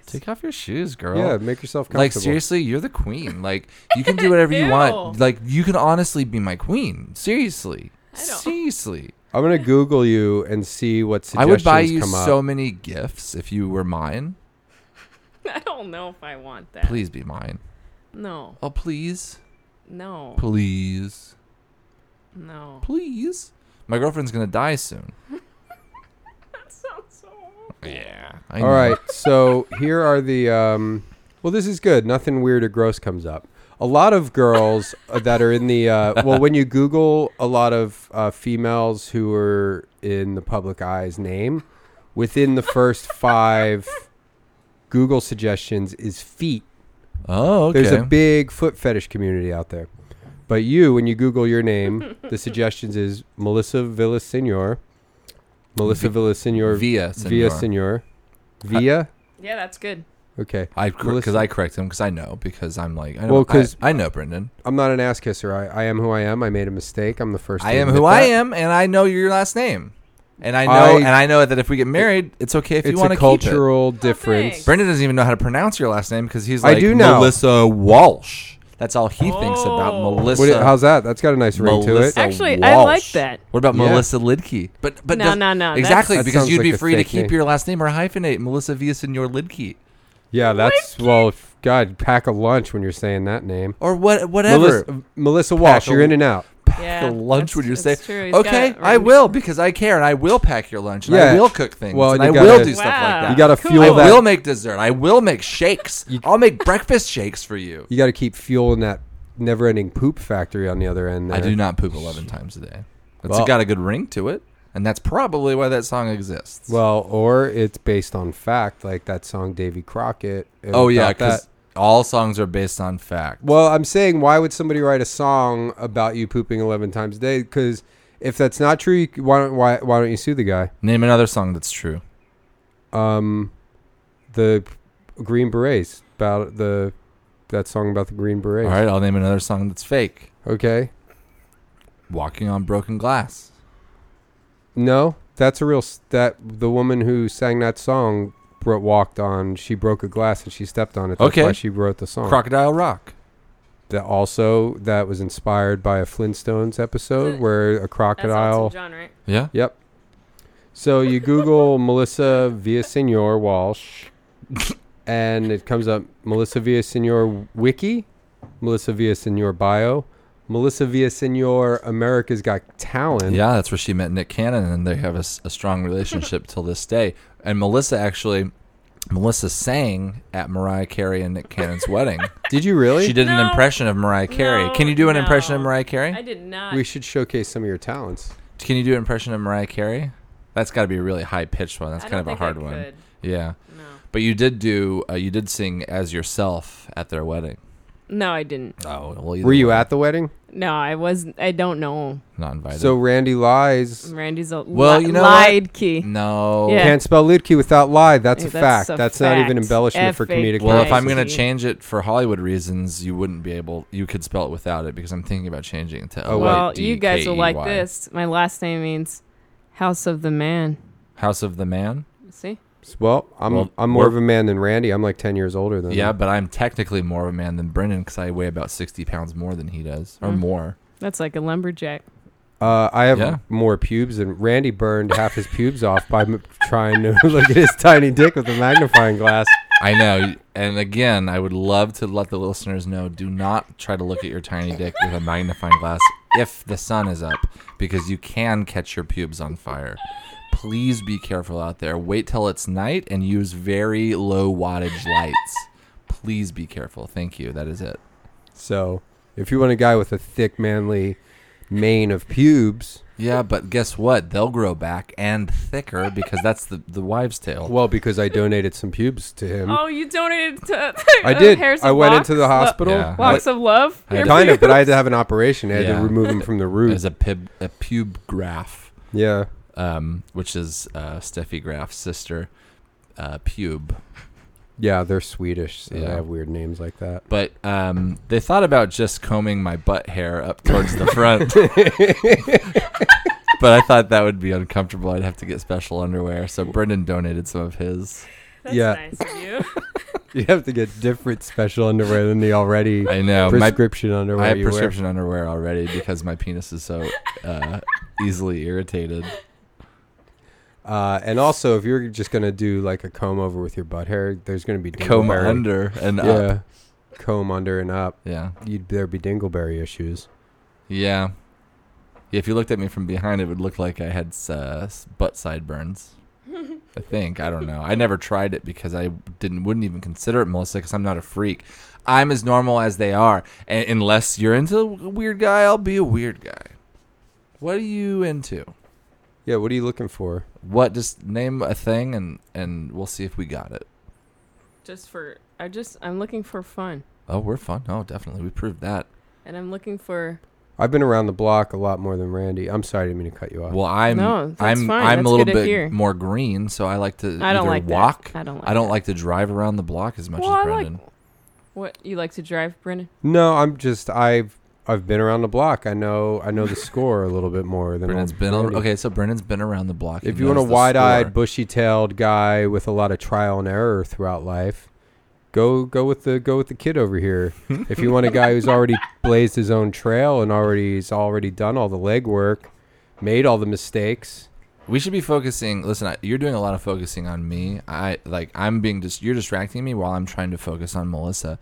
[SPEAKER 1] Take off your shoes, girl.
[SPEAKER 2] Yeah, make yourself comfortable.
[SPEAKER 1] Like seriously, you're the queen. Like you can do whatever you want.
[SPEAKER 4] Ew.
[SPEAKER 1] Like you can honestly be my queen. Seriously.
[SPEAKER 4] don't-
[SPEAKER 1] Seriously.
[SPEAKER 2] I'm going to Google you and see what
[SPEAKER 1] I
[SPEAKER 2] suggestions
[SPEAKER 1] would buy you
[SPEAKER 2] come up.
[SPEAKER 1] so many gifts if you were mine.
[SPEAKER 4] I don't know if I want that.
[SPEAKER 1] Please be mine.
[SPEAKER 4] No,
[SPEAKER 1] Oh please.
[SPEAKER 4] no,
[SPEAKER 1] Please.
[SPEAKER 4] no.
[SPEAKER 1] Please. My girlfriend's gonna die soon.
[SPEAKER 4] That sounds so. awful.
[SPEAKER 1] Yeah. I
[SPEAKER 2] All right, so here are the. Um, well, this is good. Nothing weird or gross comes up. A lot of girls uh, that are in the. Uh, well, when you Google a lot of uh, females who are in the public eye's name, within the first five Google suggestions is feet.
[SPEAKER 1] Oh, okay.
[SPEAKER 2] There's a big foot fetish community out there. But you, when you Google your name, the suggestions is Melissa Villasenor. Melissa Villasenor.
[SPEAKER 1] Via
[SPEAKER 2] Via
[SPEAKER 1] Senor.
[SPEAKER 2] Senor. Via?
[SPEAKER 4] Yeah, that's good.
[SPEAKER 2] Okay.
[SPEAKER 1] I because
[SPEAKER 2] Melissa-
[SPEAKER 1] I correct him because I know because I'm like I know
[SPEAKER 2] Well, 'cause-
[SPEAKER 1] I, I know Brendan
[SPEAKER 2] I'm not an ass kisser. I, I am who I am. I made a mistake. I'm the first.
[SPEAKER 1] I
[SPEAKER 2] to
[SPEAKER 1] am
[SPEAKER 2] admit
[SPEAKER 1] who I
[SPEAKER 2] that.
[SPEAKER 1] am and I know your last name and I know
[SPEAKER 2] I-
[SPEAKER 1] and I know that if we get married it's okay if you
[SPEAKER 2] It's
[SPEAKER 1] want
[SPEAKER 2] a
[SPEAKER 1] to keep it
[SPEAKER 2] cultural difference.
[SPEAKER 4] thanks.
[SPEAKER 1] Brendan doesn't even know how to pronounce your last name because he's
[SPEAKER 2] I
[SPEAKER 1] like
[SPEAKER 2] do know.
[SPEAKER 1] Melissa Walsh. That's all he thinks about
[SPEAKER 4] Oh.
[SPEAKER 1] Melissa.
[SPEAKER 2] What do you- how's that? That's got a nice ring to it.
[SPEAKER 1] Melissa
[SPEAKER 4] Actually, I
[SPEAKER 1] Walsh.
[SPEAKER 4] like that.
[SPEAKER 1] What about
[SPEAKER 2] Yeah.
[SPEAKER 1] Melissa Lidke? But but
[SPEAKER 4] No,
[SPEAKER 1] does-
[SPEAKER 4] no, no, that's-
[SPEAKER 1] Exactly
[SPEAKER 2] That
[SPEAKER 1] because
[SPEAKER 2] sounds
[SPEAKER 1] you'd be
[SPEAKER 2] like a
[SPEAKER 1] free to
[SPEAKER 2] fake
[SPEAKER 1] keep
[SPEAKER 2] name.
[SPEAKER 1] your last name or hyphenate Melissa Villasenor Lidke
[SPEAKER 2] Yeah, that's well. f- God, pack a lunch when you're saying that name.
[SPEAKER 1] or what whatever.
[SPEAKER 2] Melissa, uh, Melissa Walsh,
[SPEAKER 1] a-
[SPEAKER 2] you're in and out.
[SPEAKER 4] Yeah,
[SPEAKER 1] the lunch
[SPEAKER 4] that's-
[SPEAKER 1] when you're saying,
[SPEAKER 4] that's true. He's got
[SPEAKER 1] okay,
[SPEAKER 4] it
[SPEAKER 1] I
[SPEAKER 4] right.
[SPEAKER 1] will because I care and I will pack your lunch and I
[SPEAKER 2] Yeah.
[SPEAKER 1] will cook things
[SPEAKER 2] Well,
[SPEAKER 1] and I
[SPEAKER 2] you
[SPEAKER 1] will
[SPEAKER 2] gotta-
[SPEAKER 1] do stuff like
[SPEAKER 4] Wow.
[SPEAKER 1] that.
[SPEAKER 2] You got to
[SPEAKER 4] Cool.
[SPEAKER 1] I
[SPEAKER 2] fuel that.
[SPEAKER 1] will make dessert. I will make shakes. I'll make breakfast shakes for you.
[SPEAKER 2] You got to keep fueling that never-ending poop factory on the other end. There.
[SPEAKER 1] I do not poop 11 times a day. It's
[SPEAKER 2] Well-
[SPEAKER 1] got a good ring to it, and that's probably why that song exists.
[SPEAKER 2] Well, or it's based on fact, like that song Davy Crockett. It
[SPEAKER 1] oh
[SPEAKER 2] was
[SPEAKER 1] yeah,
[SPEAKER 2] about that.
[SPEAKER 1] because all songs are based on fact.
[SPEAKER 2] Well, I'm saying, why would somebody write a song about you pooping 11 times a day? Because if that's not true, you, c- why don't why why don't you sue the guy?
[SPEAKER 1] Name another song that's true.
[SPEAKER 2] Um, the Green Berets about the that song about the Green Berets.
[SPEAKER 1] All right, I'll name another song that's fake.
[SPEAKER 2] Okay.
[SPEAKER 1] Walking on broken glass.
[SPEAKER 2] No, that's a real s- that the woman who sang that song bro- walked on. She broke a glass and she stepped on it. That's
[SPEAKER 1] Okay.
[SPEAKER 2] why she wrote the song.
[SPEAKER 1] Crocodile Rock.
[SPEAKER 2] that also that was inspired by a Flintstones episode where a
[SPEAKER 4] That's also
[SPEAKER 2] crocodile.
[SPEAKER 4] John, right?
[SPEAKER 1] Yeah.
[SPEAKER 2] Yep. So you Google Melissa Villasenor Walsh, and it comes up Melissa Villasenor Wiki, Melissa Villasenor Bio, Melissa Villasenor America's Got Talent.
[SPEAKER 1] Yeah, that's where she met Nick Cannon, and they have a, s- a strong relationship till this day. And Melissa actually, Melissa sang at Mariah Carey and Nick Cannon's wedding.
[SPEAKER 2] Did you really?
[SPEAKER 1] She did an
[SPEAKER 4] No.
[SPEAKER 1] impression of Mariah Carey.
[SPEAKER 4] No,
[SPEAKER 1] Can you do an impression of
[SPEAKER 4] no.
[SPEAKER 1] Mariah Carey?
[SPEAKER 4] I did not.
[SPEAKER 2] We should showcase some of your talents.
[SPEAKER 1] Can you do an impression of Mariah Carey? That's got to be a really high pitched one. That's
[SPEAKER 4] I
[SPEAKER 1] kind of
[SPEAKER 4] don't
[SPEAKER 1] a
[SPEAKER 4] think I
[SPEAKER 1] hard one.
[SPEAKER 4] could.
[SPEAKER 1] Yeah,
[SPEAKER 4] No.
[SPEAKER 1] but you did do uh, you did sing as yourself at their wedding.
[SPEAKER 4] no, I didn't.
[SPEAKER 1] Oh, well, either
[SPEAKER 2] Were you
[SPEAKER 1] way,
[SPEAKER 2] at the wedding?
[SPEAKER 4] No, I wasn't. I don't know.
[SPEAKER 1] Not invited.
[SPEAKER 2] So Randy lies.
[SPEAKER 4] Randy's a
[SPEAKER 1] Well,
[SPEAKER 4] li-
[SPEAKER 1] you know what?
[SPEAKER 4] lied key.
[SPEAKER 1] no.
[SPEAKER 4] Yeah.
[SPEAKER 2] Can't spell Lidke without lie. That's a
[SPEAKER 4] Hey,
[SPEAKER 2] fact.
[SPEAKER 4] that's a
[SPEAKER 2] That's not even
[SPEAKER 4] fact.
[SPEAKER 2] embellishment for
[SPEAKER 4] F-A-K.
[SPEAKER 2] comedic
[SPEAKER 1] Well, if
[SPEAKER 4] Right.
[SPEAKER 1] I'm gonna
[SPEAKER 4] See.
[SPEAKER 1] change it for Hollywood reasons, you wouldn't be able. You could spell it without it because I'm thinking about changing it to.
[SPEAKER 2] Oh, wait.
[SPEAKER 4] Well,
[SPEAKER 1] E
[SPEAKER 4] you guys will like
[SPEAKER 1] L-I-D-K-E-Y.
[SPEAKER 4] this. My last name means House of the Man.
[SPEAKER 1] House of the Man.
[SPEAKER 4] See?
[SPEAKER 2] Well, I'm
[SPEAKER 1] Well,
[SPEAKER 2] I'm more
[SPEAKER 1] we're-
[SPEAKER 2] of a man than Randy. I'm like ten years older than
[SPEAKER 1] Yeah,
[SPEAKER 2] him.
[SPEAKER 1] but I'm technically more of a man than Brendan because I weigh about 60 pounds more than he does,
[SPEAKER 4] Mm.
[SPEAKER 1] or more.
[SPEAKER 4] That's like a lumberjack.
[SPEAKER 2] Uh, I have
[SPEAKER 1] Yeah.
[SPEAKER 2] more pubes, and Randy burned half his pubes off by m- trying to look at his tiny dick with a magnifying glass.
[SPEAKER 1] I know. And again, I would love to let the listeners know do not try to look at your tiny dick with a magnifying glass if the sun is up because you can catch your pubes on fire. Please be careful out there. Wait till it's night and use very low wattage lights. Please be careful. Thank you. That is it.
[SPEAKER 2] So, if you want a guy with a thick, manly mane of pubes,
[SPEAKER 1] Yeah, but guess what? They'll grow back and thicker because that's the, the wives' tale.
[SPEAKER 2] well, because I donated some pubes to him,
[SPEAKER 4] Oh, you donated to.
[SPEAKER 2] Hmm.
[SPEAKER 4] uh,
[SPEAKER 2] I did.
[SPEAKER 4] Harrison
[SPEAKER 2] I went
[SPEAKER 4] Walks?
[SPEAKER 2] into the
[SPEAKER 4] Lo-
[SPEAKER 2] hospital.
[SPEAKER 1] Yeah.
[SPEAKER 4] Walks of Love.
[SPEAKER 1] I had
[SPEAKER 2] kind of, but I had to have an operation. I had
[SPEAKER 1] Yeah.
[SPEAKER 2] to remove him from the root.
[SPEAKER 1] There's a, pib, a pube graph.
[SPEAKER 2] yeah,
[SPEAKER 1] um, which is uh, Steffi Graf's sister, uh, Pube.
[SPEAKER 2] yeah, they're Swedish, so they
[SPEAKER 1] Yeah.
[SPEAKER 2] have weird names like that.
[SPEAKER 1] But um, they thought about just combing my butt hair up towards the front. but I thought that would be uncomfortable. I'd have to get special underwear. So Brendan donated some of his.
[SPEAKER 4] That's
[SPEAKER 2] Yeah.
[SPEAKER 4] nice of you.
[SPEAKER 2] You have to get different special underwear than the already
[SPEAKER 1] I know. My,
[SPEAKER 2] prescription underwear.
[SPEAKER 1] I have
[SPEAKER 2] you wear.
[SPEAKER 1] prescription underwear already because my penis is so uh, easily irritated.
[SPEAKER 2] Uh, and also, if you're just gonna do like a comb over with your butt hair, there's gonna be
[SPEAKER 1] Comb
[SPEAKER 2] dingleberry-
[SPEAKER 1] under and
[SPEAKER 2] yeah,
[SPEAKER 1] up.
[SPEAKER 2] comb under and up.
[SPEAKER 1] Yeah.
[SPEAKER 2] You'd there be dingleberry issues.
[SPEAKER 1] Yeah. Yeah, if you looked at me from behind, it would look like I had uh, s- butt sideburns. I think I don't know. I never tried it because I didn't wouldn't even consider it, Melissa, because I'm not a freak. I'm as normal as they are, and unless you're into a weird guy, I'll be a weird guy. What are you into?
[SPEAKER 2] Yeah, what are you looking for?
[SPEAKER 1] What? Just name a thing, and and we'll see if we got it.
[SPEAKER 4] Just for. I just. I'm looking for fun.
[SPEAKER 1] Oh, we're fun. Oh, definitely, we proved that.
[SPEAKER 4] And I'm looking for.
[SPEAKER 2] I've been around the block a lot more than Randy. I'm sorry, I didn't mean to cut you off.
[SPEAKER 1] Well, I'm
[SPEAKER 4] No, that's
[SPEAKER 1] I'm
[SPEAKER 4] fine.
[SPEAKER 1] I'm
[SPEAKER 4] That's
[SPEAKER 1] a little
[SPEAKER 4] good to
[SPEAKER 1] bit
[SPEAKER 4] hear.
[SPEAKER 1] more green, so I like to
[SPEAKER 4] I don't
[SPEAKER 1] either
[SPEAKER 4] like that.
[SPEAKER 1] walk.
[SPEAKER 4] I don't like
[SPEAKER 1] I don't
[SPEAKER 4] that.
[SPEAKER 1] like to drive around the block as much
[SPEAKER 4] Well,
[SPEAKER 1] as
[SPEAKER 4] I like.
[SPEAKER 1] Brendan.
[SPEAKER 4] What you like to drive, Brennan?
[SPEAKER 2] no, I'm just I've I've been around the block. I know I know the score a little bit more than
[SPEAKER 1] Brendan's
[SPEAKER 2] old
[SPEAKER 1] been
[SPEAKER 2] Randy.
[SPEAKER 1] okay. So Brendan's been around the block. He
[SPEAKER 2] If you want a
[SPEAKER 1] knows the
[SPEAKER 2] wide-eyed,
[SPEAKER 1] score.
[SPEAKER 2] bushy-tailed guy with a lot of trial and error throughout life, Go go with the go with the kid over here. if you want a guy who's already blazed his own trail and already he's already done all the legwork, made all the mistakes.
[SPEAKER 1] We should be focusing. Listen, I, you're doing a lot of focusing on me. I like I'm being just you're distracting me while I'm trying to focus on Melissa.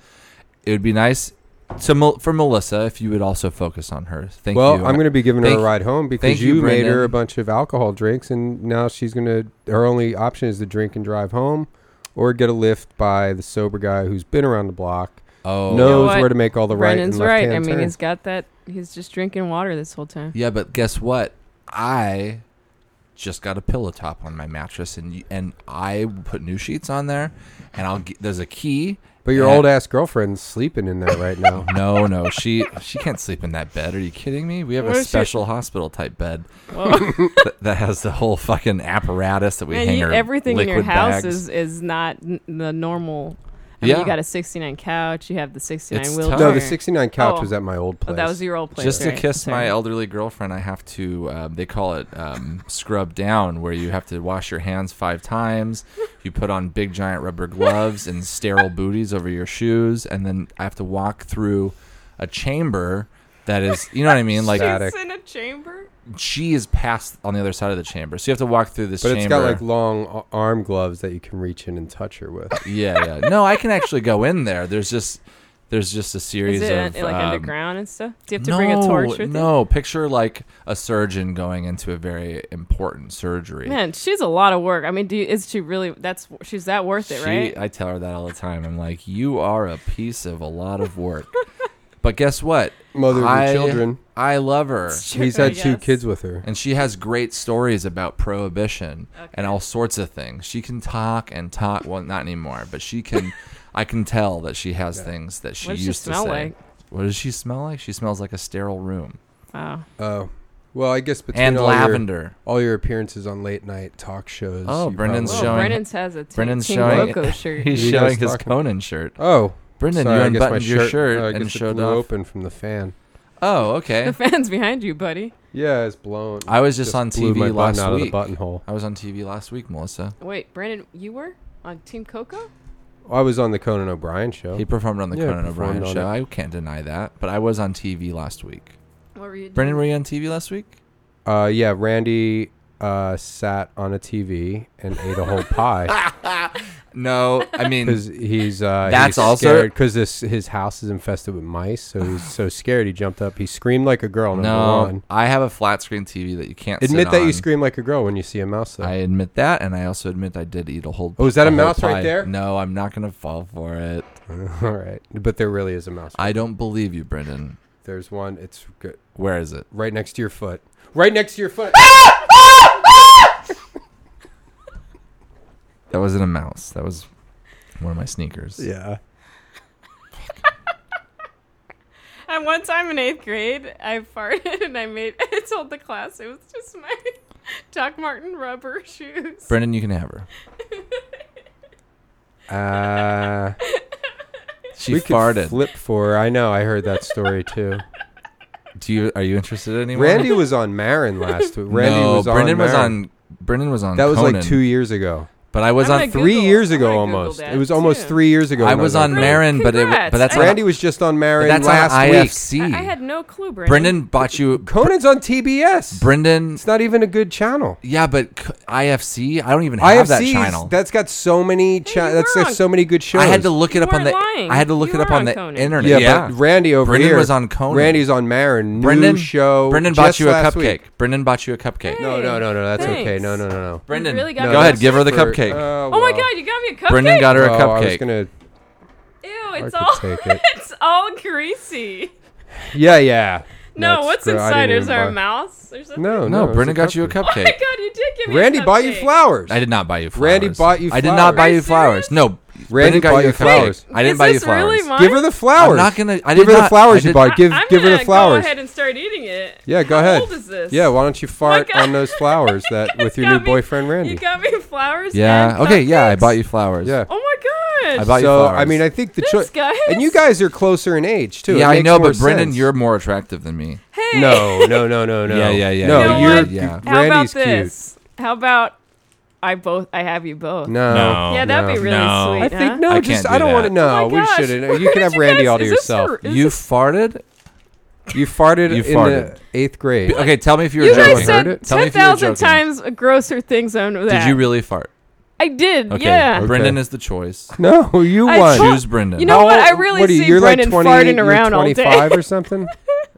[SPEAKER 1] It would be nice to Mel- for Melissa if you would also focus on her. Thank
[SPEAKER 2] well,
[SPEAKER 1] you.
[SPEAKER 2] I'm going to be giving her
[SPEAKER 1] Thank-
[SPEAKER 2] a ride home
[SPEAKER 1] thank
[SPEAKER 2] because
[SPEAKER 1] you,
[SPEAKER 2] you, made her
[SPEAKER 1] Brendan.
[SPEAKER 2] a bunch of alcohol drinks, and now she's going to. Her only option is to drink and drive home, or get a lift by the sober guy who's been around the block,
[SPEAKER 1] Oh,
[SPEAKER 2] knows
[SPEAKER 4] what?
[SPEAKER 2] where to make all the
[SPEAKER 4] Brennan's
[SPEAKER 2] right
[SPEAKER 4] right.
[SPEAKER 2] and
[SPEAKER 4] I
[SPEAKER 2] left-hand
[SPEAKER 4] mean,
[SPEAKER 2] turns.
[SPEAKER 4] he's got that. He's just drinking water this whole time.
[SPEAKER 1] yeah, but guess what? I just got a pillow top on my mattress, and you, and I put new sheets on there, and I'll get, there's a key.
[SPEAKER 2] But your
[SPEAKER 1] and-
[SPEAKER 2] old ass girlfriend's sleeping in there right now.
[SPEAKER 1] No, no, she she can't sleep in that bed. Are you kidding me? We have
[SPEAKER 4] What
[SPEAKER 1] a
[SPEAKER 4] is she- Oh.
[SPEAKER 1] special hospital type bed
[SPEAKER 4] Well,
[SPEAKER 1] that, that has the whole fucking apparatus that we
[SPEAKER 4] and
[SPEAKER 1] hang
[SPEAKER 4] you,
[SPEAKER 1] our
[SPEAKER 4] everything in your
[SPEAKER 1] liquid
[SPEAKER 4] house
[SPEAKER 1] bags.
[SPEAKER 4] is, is not n- the normal. I
[SPEAKER 1] yeah,
[SPEAKER 4] mean, you got a 69 couch. You have the 69
[SPEAKER 1] It's
[SPEAKER 4] wheelchair.
[SPEAKER 1] tough.
[SPEAKER 2] no, the 69 couch
[SPEAKER 4] Oh.
[SPEAKER 2] was at my old
[SPEAKER 4] Oh,
[SPEAKER 2] place.
[SPEAKER 4] that was your old place.
[SPEAKER 1] just to
[SPEAKER 4] right,
[SPEAKER 1] kiss
[SPEAKER 4] sorry.
[SPEAKER 1] my elderly girlfriend, I have to. Um, they call it um, scrub down, where you have to wash your hands five times. You put on big giant rubber gloves and sterile booties over your shoes, and then I have to walk through a chamber that is, you know what I mean? Like
[SPEAKER 2] Static.
[SPEAKER 4] She's in a chamber.
[SPEAKER 1] she is past on the other side of the chamber, so you have to walk through this.
[SPEAKER 2] but
[SPEAKER 1] chamber.
[SPEAKER 2] it's got like long a- arm gloves that you can reach in and touch her with.
[SPEAKER 1] yeah, yeah. No, I can actually go in there. There's just there's just a series
[SPEAKER 4] Is it
[SPEAKER 1] of
[SPEAKER 4] uh, like
[SPEAKER 1] um,
[SPEAKER 4] underground and stuff? Do you have to
[SPEAKER 1] no,
[SPEAKER 4] bring a torch with you?
[SPEAKER 1] no. Picture like a surgeon going into a very important surgery.
[SPEAKER 4] Man, she's a lot of work. I mean, do you, is she really? That's she's that worth it,
[SPEAKER 1] She-
[SPEAKER 4] right?
[SPEAKER 1] I tell her that all the time. I'm like, you are a piece of a lot of work. but guess what?
[SPEAKER 2] Mothers
[SPEAKER 1] I-
[SPEAKER 2] and children.
[SPEAKER 1] I love her.
[SPEAKER 4] Sure,
[SPEAKER 2] He's had
[SPEAKER 4] I
[SPEAKER 2] two
[SPEAKER 4] guess.
[SPEAKER 2] kids with her.
[SPEAKER 1] And she has great stories about prohibition and all sorts of things. She can talk and talk. Well, not anymore, but she can. I can tell that she has things that she
[SPEAKER 4] What does she
[SPEAKER 1] used
[SPEAKER 4] smell
[SPEAKER 1] to say.
[SPEAKER 4] like?
[SPEAKER 1] What does she smell like? She smells like a sterile room
[SPEAKER 4] Wow.
[SPEAKER 2] Oh, well, I guess between
[SPEAKER 1] and
[SPEAKER 2] all Your,
[SPEAKER 1] lavender.
[SPEAKER 2] all your appearances on late night talk shows.
[SPEAKER 1] Oh,
[SPEAKER 2] you
[SPEAKER 1] Brendan's
[SPEAKER 2] probably-
[SPEAKER 4] Well,
[SPEAKER 1] showing-
[SPEAKER 4] Brennan's has a
[SPEAKER 1] Brennan's
[SPEAKER 4] Teen
[SPEAKER 1] showing-
[SPEAKER 4] Loco shirt.
[SPEAKER 1] He's
[SPEAKER 2] You guys
[SPEAKER 1] showing his
[SPEAKER 2] talking-
[SPEAKER 1] Conan shirt.
[SPEAKER 2] Oh,
[SPEAKER 1] Brendan,
[SPEAKER 2] sorry,
[SPEAKER 1] you
[SPEAKER 2] I guess my
[SPEAKER 1] unbuttoned your shirt
[SPEAKER 2] oh, I
[SPEAKER 1] and
[SPEAKER 2] guess it
[SPEAKER 1] showed
[SPEAKER 2] blew
[SPEAKER 1] off.
[SPEAKER 2] open from the fan.
[SPEAKER 1] Oh,
[SPEAKER 4] the
[SPEAKER 1] okay.
[SPEAKER 4] fans behind you, buddy.
[SPEAKER 2] Yeah, it's blown.
[SPEAKER 1] I was just, on
[SPEAKER 2] blew my
[SPEAKER 1] TV
[SPEAKER 2] button
[SPEAKER 1] last
[SPEAKER 2] out of the
[SPEAKER 1] week.
[SPEAKER 2] buttonhole.
[SPEAKER 1] I was on TV last week, Melissa.
[SPEAKER 4] Wait, Brennan, you were on Team Coco?
[SPEAKER 2] I was on the Conan O'Brien show.
[SPEAKER 1] He performed on the
[SPEAKER 2] Yeah,
[SPEAKER 1] Conan
[SPEAKER 2] performed
[SPEAKER 1] O'Brien
[SPEAKER 2] on
[SPEAKER 1] show.
[SPEAKER 2] it.
[SPEAKER 1] I can't deny that, but I was on TV last week.
[SPEAKER 4] What were you? Doing?
[SPEAKER 1] Brendan, were you on TV last week?
[SPEAKER 2] Uh, yeah, Randy uh, sat on a TV and ate a whole pie
[SPEAKER 1] No, I mean
[SPEAKER 2] because he's uh,
[SPEAKER 1] That's
[SPEAKER 2] he's
[SPEAKER 1] also-
[SPEAKER 2] because this his house is infested with mice, so he's so scared he jumped up. He screamed like a girl. Number
[SPEAKER 1] no.
[SPEAKER 2] one.
[SPEAKER 1] I have a flat screen TV that you can't sit
[SPEAKER 2] Admit that you
[SPEAKER 1] on.
[SPEAKER 2] scream like a girl when you see a mouse. Though.
[SPEAKER 1] I admit that, and I also admit I did eat a whole.
[SPEAKER 2] Oh, is that a
[SPEAKER 1] whole
[SPEAKER 2] mouse right
[SPEAKER 1] pie.
[SPEAKER 2] there?
[SPEAKER 1] No, I'm not gonna fall for it.
[SPEAKER 2] All right, but there really is a mouse.
[SPEAKER 1] I don't believe you, Brendan.
[SPEAKER 2] There's one. It's good.
[SPEAKER 1] Where is it?
[SPEAKER 2] right next to your foot. Right next to your foot.
[SPEAKER 1] That wasn't a mouse. That was one of my sneakers.
[SPEAKER 2] yeah.
[SPEAKER 4] At one time in eighth grade, I farted and I made. I told the class it was just my Doc Martin rubber shoes.
[SPEAKER 1] Brendan, you can have her.
[SPEAKER 2] Uh,
[SPEAKER 1] She
[SPEAKER 2] we could
[SPEAKER 1] farted.
[SPEAKER 2] flip for. her. I know. I heard that story too.
[SPEAKER 1] Do you? Are you interested anymore?
[SPEAKER 2] Randy was on Marin last week. Randy
[SPEAKER 1] no,
[SPEAKER 2] was on.
[SPEAKER 1] Brendan was
[SPEAKER 2] Marin.
[SPEAKER 1] on. Brendan was on.
[SPEAKER 2] That was like
[SPEAKER 1] Conan,
[SPEAKER 2] two years ago.
[SPEAKER 1] But I was
[SPEAKER 4] I'm
[SPEAKER 1] on
[SPEAKER 4] gonna
[SPEAKER 1] three.
[SPEAKER 2] Three
[SPEAKER 4] Google-
[SPEAKER 2] years
[SPEAKER 4] I'm
[SPEAKER 2] ago,
[SPEAKER 4] gonna Google
[SPEAKER 2] almost.
[SPEAKER 4] that,
[SPEAKER 2] It was almost
[SPEAKER 4] too.
[SPEAKER 2] three years ago.
[SPEAKER 1] I
[SPEAKER 2] when
[SPEAKER 1] was
[SPEAKER 2] on
[SPEAKER 1] on
[SPEAKER 2] that.
[SPEAKER 1] Marin, but it.
[SPEAKER 4] Congrats.
[SPEAKER 1] But that's
[SPEAKER 4] I-
[SPEAKER 1] not.
[SPEAKER 2] Randy was just on
[SPEAKER 1] But
[SPEAKER 2] Marin
[SPEAKER 1] that's on
[SPEAKER 2] last week.
[SPEAKER 1] IFC.
[SPEAKER 4] I, I had no clue, Brennan.
[SPEAKER 1] Brendan bought you.
[SPEAKER 2] Conan's on TBS.
[SPEAKER 1] Brendan.
[SPEAKER 2] it's not even a good channel.
[SPEAKER 1] Yeah, but c- IFC. I don't even have
[SPEAKER 2] IFC's
[SPEAKER 1] that channel.
[SPEAKER 2] that's got so many. Cha-
[SPEAKER 4] you
[SPEAKER 2] that's
[SPEAKER 4] were
[SPEAKER 2] got
[SPEAKER 4] on-
[SPEAKER 2] so many good shows.
[SPEAKER 1] I had to look
[SPEAKER 4] You
[SPEAKER 1] it up on the.
[SPEAKER 4] weren't lying.
[SPEAKER 1] I had to look it
[SPEAKER 4] You
[SPEAKER 1] up
[SPEAKER 4] were
[SPEAKER 1] on
[SPEAKER 4] on
[SPEAKER 1] the
[SPEAKER 4] Conan.
[SPEAKER 1] internet.
[SPEAKER 2] Yeah, but Randy over
[SPEAKER 1] Brendan
[SPEAKER 2] here.
[SPEAKER 1] was on Conan.
[SPEAKER 2] Randy's on Marin. New
[SPEAKER 1] Brendan
[SPEAKER 2] show.
[SPEAKER 1] Brendan
[SPEAKER 2] just
[SPEAKER 1] bought you a
[SPEAKER 2] last
[SPEAKER 1] cupcake.
[SPEAKER 2] week.
[SPEAKER 1] Brendan bought you a cupcake.
[SPEAKER 4] Hey.
[SPEAKER 2] No, no, no, no. That's okay.
[SPEAKER 4] Thanks.
[SPEAKER 2] No, no, no, no.
[SPEAKER 1] Brendan,
[SPEAKER 4] really got
[SPEAKER 1] go
[SPEAKER 4] me
[SPEAKER 1] ahead.
[SPEAKER 4] upset.
[SPEAKER 1] Give her the
[SPEAKER 2] for-
[SPEAKER 1] cupcake.
[SPEAKER 2] Oh,
[SPEAKER 4] Oh my
[SPEAKER 2] well.
[SPEAKER 4] god, you got me a cupcake.
[SPEAKER 1] Brendan got her a
[SPEAKER 2] Oh, I was
[SPEAKER 1] cupcake.
[SPEAKER 2] gonna-
[SPEAKER 4] Ew, it's
[SPEAKER 2] could
[SPEAKER 4] all
[SPEAKER 2] take it.
[SPEAKER 4] it's all greasy.
[SPEAKER 2] Yeah, yeah. That's
[SPEAKER 4] No, what's
[SPEAKER 2] gr- I didn't
[SPEAKER 4] inside? Is
[SPEAKER 2] even
[SPEAKER 4] there a
[SPEAKER 2] buy-
[SPEAKER 4] mouse or something?
[SPEAKER 2] No,
[SPEAKER 1] No,
[SPEAKER 2] no.
[SPEAKER 1] Brendan got you a
[SPEAKER 4] Oh my
[SPEAKER 1] cupcake.
[SPEAKER 4] god, you did give me.
[SPEAKER 2] Randy
[SPEAKER 4] a
[SPEAKER 2] bought you
[SPEAKER 4] cupcake.
[SPEAKER 2] flowers.
[SPEAKER 1] I did not buy you flowers.
[SPEAKER 2] Randy bought you
[SPEAKER 1] I did not buy
[SPEAKER 4] flowers.
[SPEAKER 1] you flowers. No, Brendan
[SPEAKER 2] Randy
[SPEAKER 1] got
[SPEAKER 2] bought
[SPEAKER 1] you
[SPEAKER 2] you
[SPEAKER 1] a cupcake.
[SPEAKER 2] flowers.
[SPEAKER 1] I didn't
[SPEAKER 4] Is
[SPEAKER 1] buy you
[SPEAKER 4] this
[SPEAKER 1] flowers.
[SPEAKER 4] really mine?
[SPEAKER 2] Give her the flowers.
[SPEAKER 1] I'm not gonna. I
[SPEAKER 2] Give
[SPEAKER 1] did
[SPEAKER 2] her the
[SPEAKER 1] not- I
[SPEAKER 2] flowers you
[SPEAKER 1] did-
[SPEAKER 2] bought. Give
[SPEAKER 4] I'm
[SPEAKER 2] give her
[SPEAKER 4] gonna
[SPEAKER 2] the flowers.
[SPEAKER 4] Go ahead and start eating it.
[SPEAKER 2] Yeah, go
[SPEAKER 4] How
[SPEAKER 2] ahead.
[SPEAKER 4] old is this?
[SPEAKER 2] Yeah, why don't you fart
[SPEAKER 4] God.
[SPEAKER 2] on those flowers that with your
[SPEAKER 4] got
[SPEAKER 2] new
[SPEAKER 4] me-
[SPEAKER 2] boyfriend
[SPEAKER 4] You
[SPEAKER 2] Randy?
[SPEAKER 4] got me flowers.
[SPEAKER 1] Yeah.
[SPEAKER 4] and
[SPEAKER 1] Okay. Yeah, I
[SPEAKER 4] cupcakes.
[SPEAKER 1] bought you flowers.
[SPEAKER 2] Yeah.
[SPEAKER 4] Oh my
[SPEAKER 1] I
[SPEAKER 4] gosh.
[SPEAKER 1] bought you
[SPEAKER 2] So
[SPEAKER 1] flowers.
[SPEAKER 2] I mean, I think the
[SPEAKER 4] Thanks,
[SPEAKER 2] choice.
[SPEAKER 4] guys.
[SPEAKER 2] And you guys are closer in age too. It
[SPEAKER 1] yeah, I
[SPEAKER 2] makes
[SPEAKER 1] know,
[SPEAKER 2] more
[SPEAKER 1] but Brendan,
[SPEAKER 2] sense.
[SPEAKER 1] you're more attractive than me.
[SPEAKER 4] hey.
[SPEAKER 2] No, no, no, no, no.
[SPEAKER 1] Yeah, yeah, yeah,
[SPEAKER 2] No,
[SPEAKER 1] yeah,
[SPEAKER 2] you're
[SPEAKER 1] yeah.
[SPEAKER 4] How about
[SPEAKER 2] Randy's cute.
[SPEAKER 4] this? How about I both. I have you both.
[SPEAKER 2] No.
[SPEAKER 1] No.
[SPEAKER 4] yeah, that'd be
[SPEAKER 2] no.
[SPEAKER 4] really
[SPEAKER 1] No.
[SPEAKER 4] sweet.
[SPEAKER 1] I
[SPEAKER 2] I
[SPEAKER 4] huh?
[SPEAKER 2] think no.
[SPEAKER 1] I
[SPEAKER 2] just
[SPEAKER 1] can't
[SPEAKER 2] I
[SPEAKER 1] do
[SPEAKER 2] don't want to
[SPEAKER 1] that.
[SPEAKER 4] Oh
[SPEAKER 2] know.
[SPEAKER 4] my
[SPEAKER 2] we
[SPEAKER 4] gosh, where
[SPEAKER 2] shouldn't. You
[SPEAKER 4] did
[SPEAKER 2] can have
[SPEAKER 4] you
[SPEAKER 2] Randy
[SPEAKER 4] guys-
[SPEAKER 2] all to
[SPEAKER 4] is this
[SPEAKER 2] yourself.
[SPEAKER 4] for-
[SPEAKER 1] You farted.
[SPEAKER 2] You farted
[SPEAKER 1] You
[SPEAKER 2] in
[SPEAKER 1] farted.
[SPEAKER 2] the eighth grade.
[SPEAKER 1] B- Okay, tell me if you were
[SPEAKER 4] You
[SPEAKER 1] joking.
[SPEAKER 4] guys
[SPEAKER 2] Heard
[SPEAKER 4] said
[SPEAKER 2] it?
[SPEAKER 1] Tell me
[SPEAKER 4] ten
[SPEAKER 1] if you were
[SPEAKER 4] thousand
[SPEAKER 1] joking.
[SPEAKER 4] times grosser things than that.
[SPEAKER 1] Did you really fart?
[SPEAKER 4] I did.
[SPEAKER 1] Okay,
[SPEAKER 4] Yeah.
[SPEAKER 1] Brendan is the choice.
[SPEAKER 2] No, you
[SPEAKER 4] I
[SPEAKER 2] won.
[SPEAKER 4] told-
[SPEAKER 1] Choose Brendan.
[SPEAKER 4] You know
[SPEAKER 2] How
[SPEAKER 4] what?
[SPEAKER 2] old-
[SPEAKER 4] I really
[SPEAKER 2] what are you,
[SPEAKER 4] see
[SPEAKER 2] you're
[SPEAKER 4] Brendan
[SPEAKER 2] like 20,
[SPEAKER 4] farting
[SPEAKER 2] you're
[SPEAKER 4] around all day.
[SPEAKER 2] 25 or something.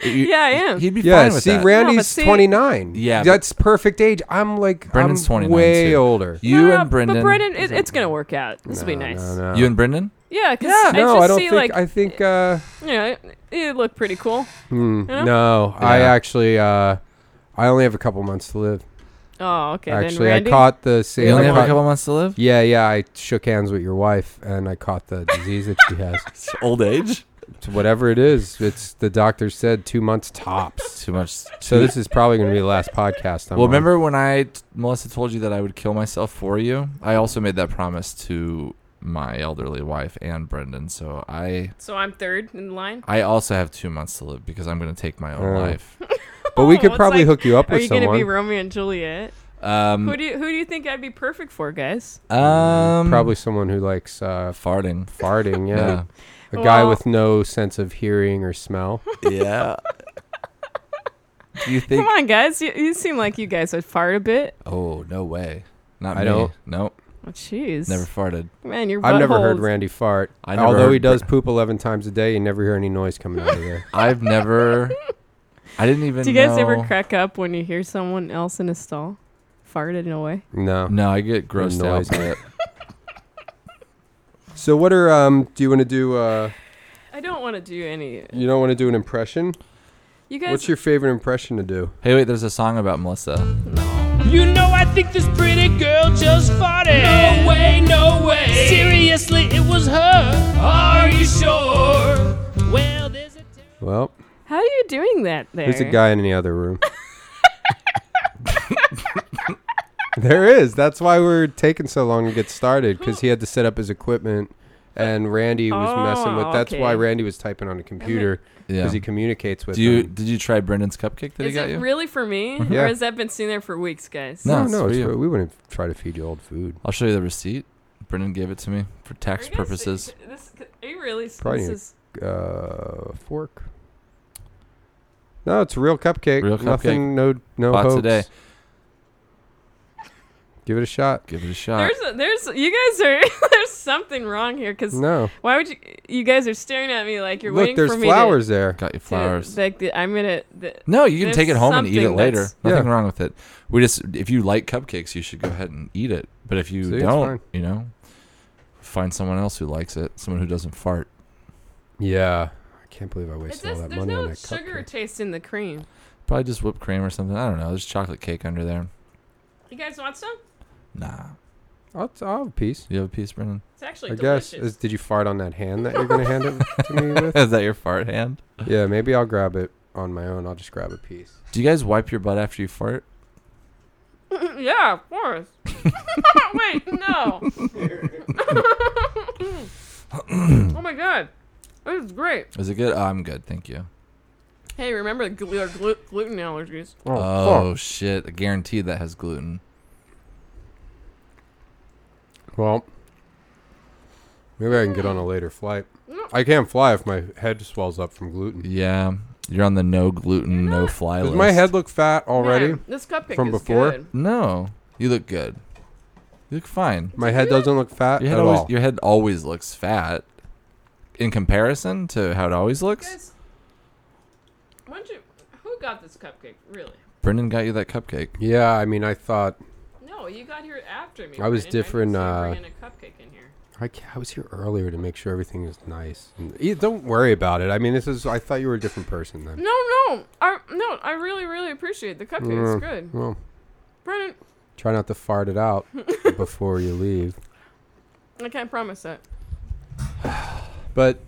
[SPEAKER 1] You-
[SPEAKER 4] Yeah, I am.
[SPEAKER 1] He'd be
[SPEAKER 2] yeah,
[SPEAKER 1] fine with
[SPEAKER 2] see,
[SPEAKER 1] that.
[SPEAKER 2] Randy's
[SPEAKER 4] but see-
[SPEAKER 2] 29.
[SPEAKER 1] Yeah, but-
[SPEAKER 2] that's perfect age. I'm like
[SPEAKER 1] Brendan's
[SPEAKER 2] I'm
[SPEAKER 1] 29
[SPEAKER 2] way
[SPEAKER 1] too.
[SPEAKER 2] older.
[SPEAKER 1] you
[SPEAKER 4] No,
[SPEAKER 1] and Brendan.
[SPEAKER 4] But Brendan, it, it's gonna work out. This will be nice.
[SPEAKER 2] No, no.
[SPEAKER 1] You and Brendan.
[SPEAKER 4] Yeah, because I
[SPEAKER 2] no,
[SPEAKER 4] just
[SPEAKER 2] I don't
[SPEAKER 4] see
[SPEAKER 2] think.
[SPEAKER 4] like
[SPEAKER 2] I think. Uh,
[SPEAKER 4] you know, it, it looked pretty cool.
[SPEAKER 2] hmm,
[SPEAKER 4] Yeah.
[SPEAKER 2] No, I
[SPEAKER 1] Yeah.
[SPEAKER 2] actually. Uh, I only have a couple months to live.
[SPEAKER 4] Oh, okay. then
[SPEAKER 2] actually, I
[SPEAKER 4] Randy,
[SPEAKER 2] caught the same.
[SPEAKER 1] You only
[SPEAKER 2] I
[SPEAKER 1] have a
[SPEAKER 2] caught-
[SPEAKER 1] couple months to live.
[SPEAKER 2] Yeah, yeah. I shook hands with your wife, and I caught the disease that she has.
[SPEAKER 1] Old age.
[SPEAKER 2] It's whatever it is, it's the doctor said two months tops.
[SPEAKER 1] Too much.
[SPEAKER 2] So this is probably going to be the last podcast. I'm
[SPEAKER 1] Well,
[SPEAKER 2] on.
[SPEAKER 1] remember when I t- Melissa told you that I would kill myself for you? I also made that promise to my elderly wife and Brendan. So I
[SPEAKER 4] So I'm third in line.
[SPEAKER 1] I also have two months to live because I'm going to take my own
[SPEAKER 2] Oh.
[SPEAKER 1] life.
[SPEAKER 2] But we could
[SPEAKER 4] It's
[SPEAKER 2] probably
[SPEAKER 4] like,
[SPEAKER 2] hook you up
[SPEAKER 4] Are
[SPEAKER 2] with
[SPEAKER 4] you gonna
[SPEAKER 2] someone. Mm.
[SPEAKER 4] be Romeo and Juliet? Who
[SPEAKER 1] Um,
[SPEAKER 4] do you, who do you think I'd be perfect for, guys?
[SPEAKER 1] um,
[SPEAKER 2] probably someone who likes uh,
[SPEAKER 1] farting.
[SPEAKER 2] farting. Yeah,
[SPEAKER 1] Yeah.
[SPEAKER 2] a guy
[SPEAKER 4] Well-
[SPEAKER 2] with no sense of hearing or smell.
[SPEAKER 1] Yeah. Do you think?
[SPEAKER 4] Come on, guys. You, you seem like you guys would fart a bit.
[SPEAKER 1] Oh no way! Not
[SPEAKER 2] I
[SPEAKER 1] me.
[SPEAKER 2] don't.
[SPEAKER 1] Nope.
[SPEAKER 4] Oh, Jeez.
[SPEAKER 1] Never farted.
[SPEAKER 4] Man, your
[SPEAKER 2] I've never heard
[SPEAKER 4] buttholes.
[SPEAKER 2] Randy fart.
[SPEAKER 1] I never
[SPEAKER 2] Although he
[SPEAKER 1] heard
[SPEAKER 2] does
[SPEAKER 1] Bra-
[SPEAKER 2] poop eleven times a day, you never hear any noise coming out of there.
[SPEAKER 1] I've never. I didn't even.
[SPEAKER 4] Do you guys ever
[SPEAKER 1] know-
[SPEAKER 4] crack up when you hear someone else in a stall fart in a way?
[SPEAKER 2] No.
[SPEAKER 1] No, I get grossed out
[SPEAKER 2] noise.
[SPEAKER 1] by it.
[SPEAKER 2] So what are um? Do you want to do? Uh,
[SPEAKER 4] I don't want to do any.
[SPEAKER 2] you don't want to do an impression?
[SPEAKER 4] You guys.
[SPEAKER 2] What's your favorite impression to do?
[SPEAKER 1] Hey, wait. There's a song about Melissa.
[SPEAKER 5] You know I think this pretty girl just farted. No way, no way. Seriously, it was her. Are you sure? Well, there's a
[SPEAKER 2] Well,
[SPEAKER 4] How are you doing that there?
[SPEAKER 2] there's a guy in the other room. there is. That's why we're taking so long to get started because he had to set up his equipment, and Randy was messing with.
[SPEAKER 4] Oh,
[SPEAKER 2] That's why
[SPEAKER 4] okay.
[SPEAKER 2] Randy was typing on a computer
[SPEAKER 1] Yeah.
[SPEAKER 2] because he communicates with.
[SPEAKER 1] Do you
[SPEAKER 2] him.
[SPEAKER 1] did you try Brendan's cupcake that he
[SPEAKER 4] Is
[SPEAKER 1] got
[SPEAKER 4] it
[SPEAKER 1] you?
[SPEAKER 4] really for me,
[SPEAKER 2] Yeah.
[SPEAKER 4] or has that been sitting there for weeks, guys?
[SPEAKER 1] No,
[SPEAKER 2] No,
[SPEAKER 1] it's
[SPEAKER 2] no, it's
[SPEAKER 1] for you.
[SPEAKER 2] for- we wouldn't try to feed you old food.
[SPEAKER 1] I'll show you the receipt. Brendan gave it to me for
[SPEAKER 4] Are
[SPEAKER 1] tax
[SPEAKER 4] you guys-
[SPEAKER 1] purposes.
[SPEAKER 4] This, are you really?
[SPEAKER 2] Probably
[SPEAKER 4] this
[SPEAKER 2] need-
[SPEAKER 4] is,
[SPEAKER 2] Uh, fork. No, it's a real cupcake.
[SPEAKER 1] Real
[SPEAKER 2] Nothing. No, no
[SPEAKER 1] Bought
[SPEAKER 2] hoax.
[SPEAKER 1] today.
[SPEAKER 2] Give it a shot.
[SPEAKER 1] Give it a shot.
[SPEAKER 4] there's, a, there's, you guys are. there's something wrong here, because
[SPEAKER 2] No.
[SPEAKER 4] why would you? You guys are staring at me like you're
[SPEAKER 2] Look,
[SPEAKER 4] waiting
[SPEAKER 2] there's
[SPEAKER 4] for me.
[SPEAKER 2] flowers there.
[SPEAKER 1] got you
[SPEAKER 4] To,
[SPEAKER 1] flowers.
[SPEAKER 4] To, like the, I'm gonna. The,
[SPEAKER 1] no, you can take it
[SPEAKER 4] there's
[SPEAKER 1] home and eat it
[SPEAKER 4] something
[SPEAKER 1] later.
[SPEAKER 4] that's-
[SPEAKER 1] Nothing
[SPEAKER 2] Yeah.
[SPEAKER 1] wrong with it. We just if you like cupcakes, you should go ahead and eat it. But if you
[SPEAKER 2] See, it's
[SPEAKER 1] don't,
[SPEAKER 2] fine.
[SPEAKER 1] you know, find someone else who likes it. Someone who doesn't fart.
[SPEAKER 2] Yeah. I can't believe I
[SPEAKER 4] it's
[SPEAKER 2] wasted all
[SPEAKER 4] just,
[SPEAKER 2] that
[SPEAKER 4] there's
[SPEAKER 2] money on
[SPEAKER 4] no
[SPEAKER 2] that
[SPEAKER 4] sugar
[SPEAKER 2] cupcake.
[SPEAKER 4] taste in the cream.
[SPEAKER 1] Probably just whipped cream or something. I don't know. There's chocolate cake under there.
[SPEAKER 4] You guys want some?
[SPEAKER 1] Nah.
[SPEAKER 2] I'll, I'll have a piece.
[SPEAKER 1] You have a piece, Brendan?
[SPEAKER 4] It's actually
[SPEAKER 2] I
[SPEAKER 4] delicious.
[SPEAKER 2] guess. Is, did you fart on that hand that you're going to hand it to me with?
[SPEAKER 1] Is that your fart hand?
[SPEAKER 2] Yeah, maybe I'll grab it on my own. I'll just grab a piece.
[SPEAKER 1] Do you guys wipe your butt after you fart?
[SPEAKER 4] yeah, of course. Wait, no. oh my god, this is great.
[SPEAKER 1] Is it good? Oh, I'm good. Thank you.
[SPEAKER 4] Hey, remember the glu- our glu- gluten allergies?
[SPEAKER 2] Oh,
[SPEAKER 1] Oh,
[SPEAKER 2] fuck.
[SPEAKER 1] shit! I guarantee that has gluten.
[SPEAKER 2] Well, maybe I can get on a later flight.
[SPEAKER 4] Mm.
[SPEAKER 2] I can't fly if my head swells up from gluten.
[SPEAKER 1] Yeah, you're on the no gluten,
[SPEAKER 4] You're
[SPEAKER 1] no
[SPEAKER 4] not-
[SPEAKER 1] fly
[SPEAKER 2] Does
[SPEAKER 1] list.
[SPEAKER 2] my head look fat already?
[SPEAKER 4] Man, this cupcake
[SPEAKER 2] From
[SPEAKER 4] is
[SPEAKER 2] before?
[SPEAKER 4] good.
[SPEAKER 1] No, you look good. You look fine.
[SPEAKER 2] My head doesn't look fat
[SPEAKER 1] Your head
[SPEAKER 2] at
[SPEAKER 1] always,
[SPEAKER 2] all.
[SPEAKER 1] your head always looks fat in comparison to how it always looks.
[SPEAKER 4] Guys, why don't you? Who got this cupcake? Really?
[SPEAKER 1] Brendan got you that cupcake.
[SPEAKER 2] Yeah, I mean, I thought
[SPEAKER 4] No, you got here after me.
[SPEAKER 2] I was
[SPEAKER 4] Brandon.
[SPEAKER 2] different,
[SPEAKER 4] I
[SPEAKER 2] uh,
[SPEAKER 4] didn't see you bringing a cupcake in here.
[SPEAKER 2] I, ca- I was here earlier to make sure everything is nice. And- Eh, don't worry about it. I mean, this is. I thought you were a different person then.
[SPEAKER 4] No, no, I no, I really, really appreciate the cupcake.
[SPEAKER 2] Mm,
[SPEAKER 4] It's good,
[SPEAKER 2] Well,
[SPEAKER 4] Brennan.
[SPEAKER 2] try not to fart it out before you leave.
[SPEAKER 4] I can't promise that.
[SPEAKER 2] But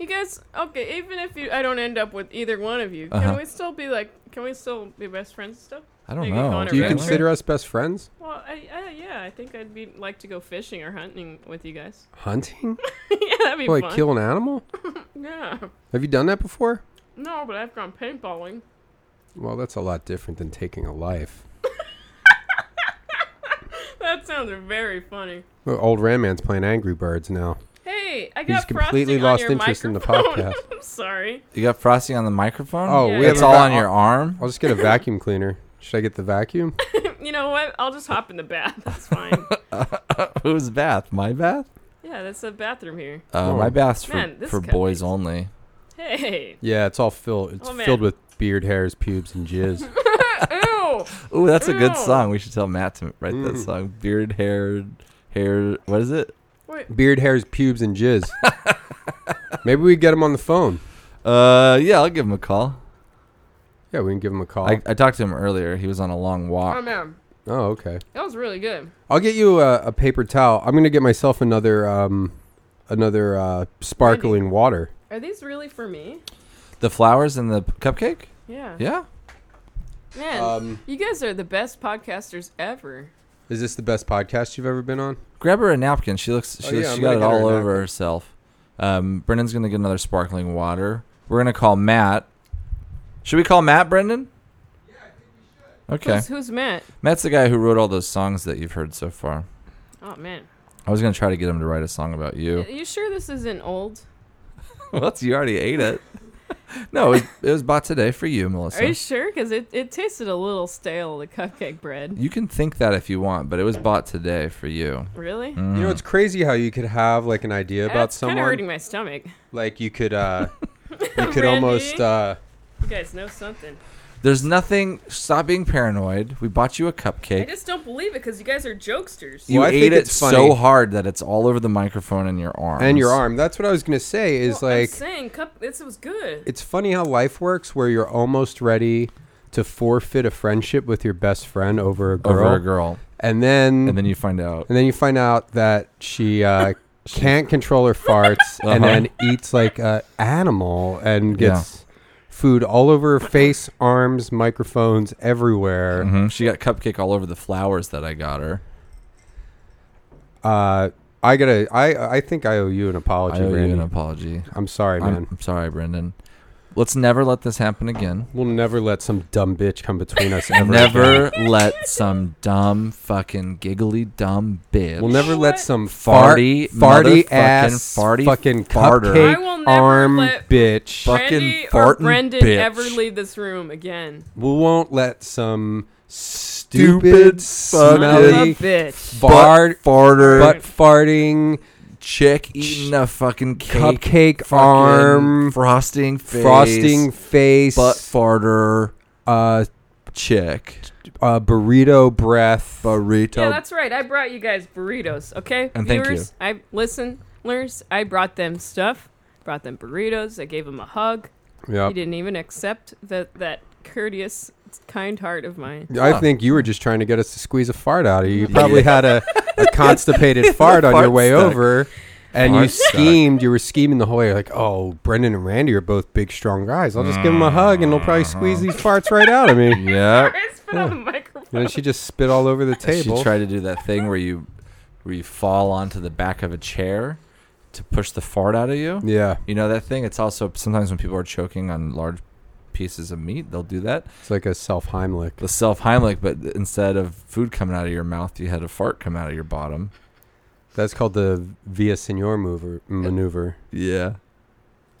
[SPEAKER 4] You guys, okay, even if you, I don't end up with either one of you,
[SPEAKER 1] Uh-huh.
[SPEAKER 4] can we still be like, can we still be best friends and stuff?
[SPEAKER 1] I don't
[SPEAKER 4] You can go
[SPEAKER 1] know.
[SPEAKER 4] on a
[SPEAKER 2] do you
[SPEAKER 4] Really?
[SPEAKER 2] consider us best friends?
[SPEAKER 4] Well, I, I yeah, I think I'd be like to go fishing or hunting with you guys.
[SPEAKER 2] Hunting?
[SPEAKER 4] yeah, that'd be
[SPEAKER 2] Like
[SPEAKER 4] fun.
[SPEAKER 2] kill an animal?
[SPEAKER 4] yeah,
[SPEAKER 2] Have you done that before?
[SPEAKER 4] no, but I've gone paintballing.
[SPEAKER 2] Well, that's a lot different than taking a life.
[SPEAKER 4] That That sounds very funny.
[SPEAKER 2] Well, Old Ram Man's playing Angry Birds now.
[SPEAKER 4] Hey, I got
[SPEAKER 2] completely
[SPEAKER 4] frosting
[SPEAKER 2] lost
[SPEAKER 4] on your
[SPEAKER 2] interest in the
[SPEAKER 4] microphone.
[SPEAKER 2] podcast.
[SPEAKER 4] I'm sorry.
[SPEAKER 1] You got frosting on the microphone?
[SPEAKER 2] Oh,
[SPEAKER 4] Yeah.
[SPEAKER 2] we
[SPEAKER 1] it's
[SPEAKER 2] haven't
[SPEAKER 1] all
[SPEAKER 2] got-
[SPEAKER 1] on your arm.
[SPEAKER 2] I'll just get a vacuum cleaner. Should I get the vacuum?
[SPEAKER 4] You know what? I'll just hop in the bath. That's fine.
[SPEAKER 1] Whose bath? My bath?
[SPEAKER 4] yeah, that's the bathroom here.
[SPEAKER 1] Uh,
[SPEAKER 2] Oh.
[SPEAKER 1] My bath's for,
[SPEAKER 4] Man, this
[SPEAKER 1] for
[SPEAKER 4] guy
[SPEAKER 1] boys
[SPEAKER 4] makes-
[SPEAKER 1] only.
[SPEAKER 4] Hey.
[SPEAKER 2] Yeah, it's all filled. It's
[SPEAKER 4] Oh, man.
[SPEAKER 2] filled with beard hairs, pubes, and jizz.
[SPEAKER 4] Ew. Oh,
[SPEAKER 1] Ooh, that's a good
[SPEAKER 4] Ew.
[SPEAKER 1] song. We should tell Matt to write that
[SPEAKER 2] Mm.
[SPEAKER 1] song. Beard, hair, hair. What is it?
[SPEAKER 4] Wait.
[SPEAKER 2] beard hairs, pubes, and jizz. Maybe we get him on the phone.
[SPEAKER 1] Uh, yeah, I'll give him a call.
[SPEAKER 2] Yeah, we can give him a call.
[SPEAKER 1] I, I talked to him earlier. He was on a long
[SPEAKER 4] Oh
[SPEAKER 1] walk.
[SPEAKER 4] man,
[SPEAKER 2] oh, okay.
[SPEAKER 4] that was really good.
[SPEAKER 2] I'll get you a, a paper towel. I'm gonna get myself another um, another uh, sparkling water.
[SPEAKER 4] Are these really for me?
[SPEAKER 1] The flowers and the p- cupcake?
[SPEAKER 4] Yeah.
[SPEAKER 1] Yeah.
[SPEAKER 4] Man,
[SPEAKER 2] Um,
[SPEAKER 4] you guys are the best podcasters ever.
[SPEAKER 2] Is this the best podcast you've ever been on?
[SPEAKER 1] Grab her a napkin. She looks.
[SPEAKER 2] Oh,
[SPEAKER 1] She,
[SPEAKER 2] yeah,
[SPEAKER 1] she
[SPEAKER 2] I'm
[SPEAKER 1] got
[SPEAKER 2] gonna
[SPEAKER 1] it
[SPEAKER 2] get her
[SPEAKER 1] all
[SPEAKER 2] a
[SPEAKER 1] over
[SPEAKER 2] napkin.
[SPEAKER 1] herself. Um, Brendan's gonna get another sparkling water. We're gonna call Matt. Should we call Matt, Brendan? Okay.
[SPEAKER 4] Who's, who's Matt?
[SPEAKER 1] Matt's the guy who wrote all those songs that you've heard so far.
[SPEAKER 4] Oh man,
[SPEAKER 1] I was gonna try to get him to write a song about you.
[SPEAKER 4] are you sure this isn't old?
[SPEAKER 1] well, you already ate it. no, it, it was bought today for you, Melissa.
[SPEAKER 4] Are you sure? Because it, it tasted a little stale, the cupcake bread.
[SPEAKER 1] You can think that if you want, but it was bought today for you.
[SPEAKER 4] Really?
[SPEAKER 2] You know, it's crazy how you could have like an idea about
[SPEAKER 4] That's kind of
[SPEAKER 2] someone.
[SPEAKER 4] hurting my stomach.
[SPEAKER 2] Like you could, uh, you could
[SPEAKER 4] Randy?
[SPEAKER 2] almost. Uh,
[SPEAKER 4] You guys know something.
[SPEAKER 1] There's nothing. Stop being paranoid. We bought you a cupcake.
[SPEAKER 4] I just don't believe it because you guys are jokesters.
[SPEAKER 1] You
[SPEAKER 2] Well, I
[SPEAKER 1] ate
[SPEAKER 2] think
[SPEAKER 1] it
[SPEAKER 2] it's funny.
[SPEAKER 1] so hard that it's all over the microphone and your arm.
[SPEAKER 2] and your arm. That's what I was gonna say. Is
[SPEAKER 4] Well, I'm
[SPEAKER 2] like
[SPEAKER 4] saying cup. This was good.
[SPEAKER 2] it's funny how life works, where you're almost ready to forfeit a friendship with your best friend over a girl,
[SPEAKER 1] over a girl,
[SPEAKER 2] and then
[SPEAKER 1] and then you find out.
[SPEAKER 2] and then you find out that she uh, can't control her farts and
[SPEAKER 1] Uh-huh.
[SPEAKER 2] then eats like an animal and
[SPEAKER 1] Yeah.
[SPEAKER 2] gets food all over her face, arms, microphones, everywhere.
[SPEAKER 1] Mhm. She got cupcake all over the flowers that I got her.
[SPEAKER 2] Uh, I gotta. I I think I owe you an apology,
[SPEAKER 1] I owe you
[SPEAKER 2] Randy.
[SPEAKER 1] an apology.
[SPEAKER 2] I'm sorry,
[SPEAKER 1] I'm,
[SPEAKER 2] man.
[SPEAKER 1] I'm sorry, Brendan. Let's never let this happen again.
[SPEAKER 2] We'll never let some dumb bitch come between us. Ever again.
[SPEAKER 1] Never let some dumb fucking giggly dumb bitch.
[SPEAKER 2] We'll never
[SPEAKER 4] What?
[SPEAKER 2] let some fart,
[SPEAKER 1] Farty,
[SPEAKER 2] farty, farty
[SPEAKER 1] motherfucking
[SPEAKER 2] ass,
[SPEAKER 1] farty
[SPEAKER 2] fucking
[SPEAKER 1] farter.
[SPEAKER 2] cupcake
[SPEAKER 4] I will never
[SPEAKER 2] arm
[SPEAKER 4] let-
[SPEAKER 2] bitch.
[SPEAKER 1] Fuck-
[SPEAKER 4] Randy
[SPEAKER 1] fucking
[SPEAKER 4] or
[SPEAKER 1] farting
[SPEAKER 4] Brendan
[SPEAKER 1] bitch.
[SPEAKER 4] ever leave this room again?
[SPEAKER 2] We won't let some
[SPEAKER 1] Stupid
[SPEAKER 2] stupid,
[SPEAKER 4] Son of
[SPEAKER 2] smelly,
[SPEAKER 4] a bitch.
[SPEAKER 2] fart,
[SPEAKER 1] farter,
[SPEAKER 2] butt farting,
[SPEAKER 1] chick eating a fucking cake,
[SPEAKER 2] cupcake
[SPEAKER 1] fucking
[SPEAKER 2] arm,
[SPEAKER 1] frosting, face,
[SPEAKER 2] frosting face,
[SPEAKER 1] butt farter,
[SPEAKER 2] uh,
[SPEAKER 1] chick,
[SPEAKER 2] uh, burrito breath.
[SPEAKER 1] burrito.
[SPEAKER 4] Yeah, that's right. I brought you guys burritos, okay?
[SPEAKER 1] And thank you.
[SPEAKER 4] Viewers, I listeners, I brought them stuff. Brought them burritos. I gave them a hug.
[SPEAKER 2] Yep.
[SPEAKER 4] He didn't even accept that that courteous, kind heart of mine.
[SPEAKER 2] I think you were just trying to get us to squeeze a fart out of you. You probably had a, a constipated fart on your
[SPEAKER 1] Mm. fart
[SPEAKER 2] way
[SPEAKER 1] stuck.
[SPEAKER 2] over, and you
[SPEAKER 1] Fart stuck.
[SPEAKER 2] schemed. You were scheming the whole way, like, "Oh, Brendan and Randy are both big, strong guys. I'll just give them
[SPEAKER 1] Mm-hmm.
[SPEAKER 2] a hug, and they'll probably squeeze these farts right out of me." And
[SPEAKER 1] yeah.
[SPEAKER 4] I spit on the microphone.
[SPEAKER 2] then she just spit all over the table.
[SPEAKER 1] She tried to do that thing where you where you fall onto the back of a chair to push the fart out of you.
[SPEAKER 2] yeah,
[SPEAKER 1] You know that thing? It's also sometimes when people are choking on large pieces of meat, they'll do that.
[SPEAKER 2] it's like a self Heimlich.
[SPEAKER 1] The self Heimlich, but instead of food coming out of your mouth, you had a fart come out of your bottom.
[SPEAKER 2] That's called the Via Senor mover, maneuver.
[SPEAKER 1] Yeah.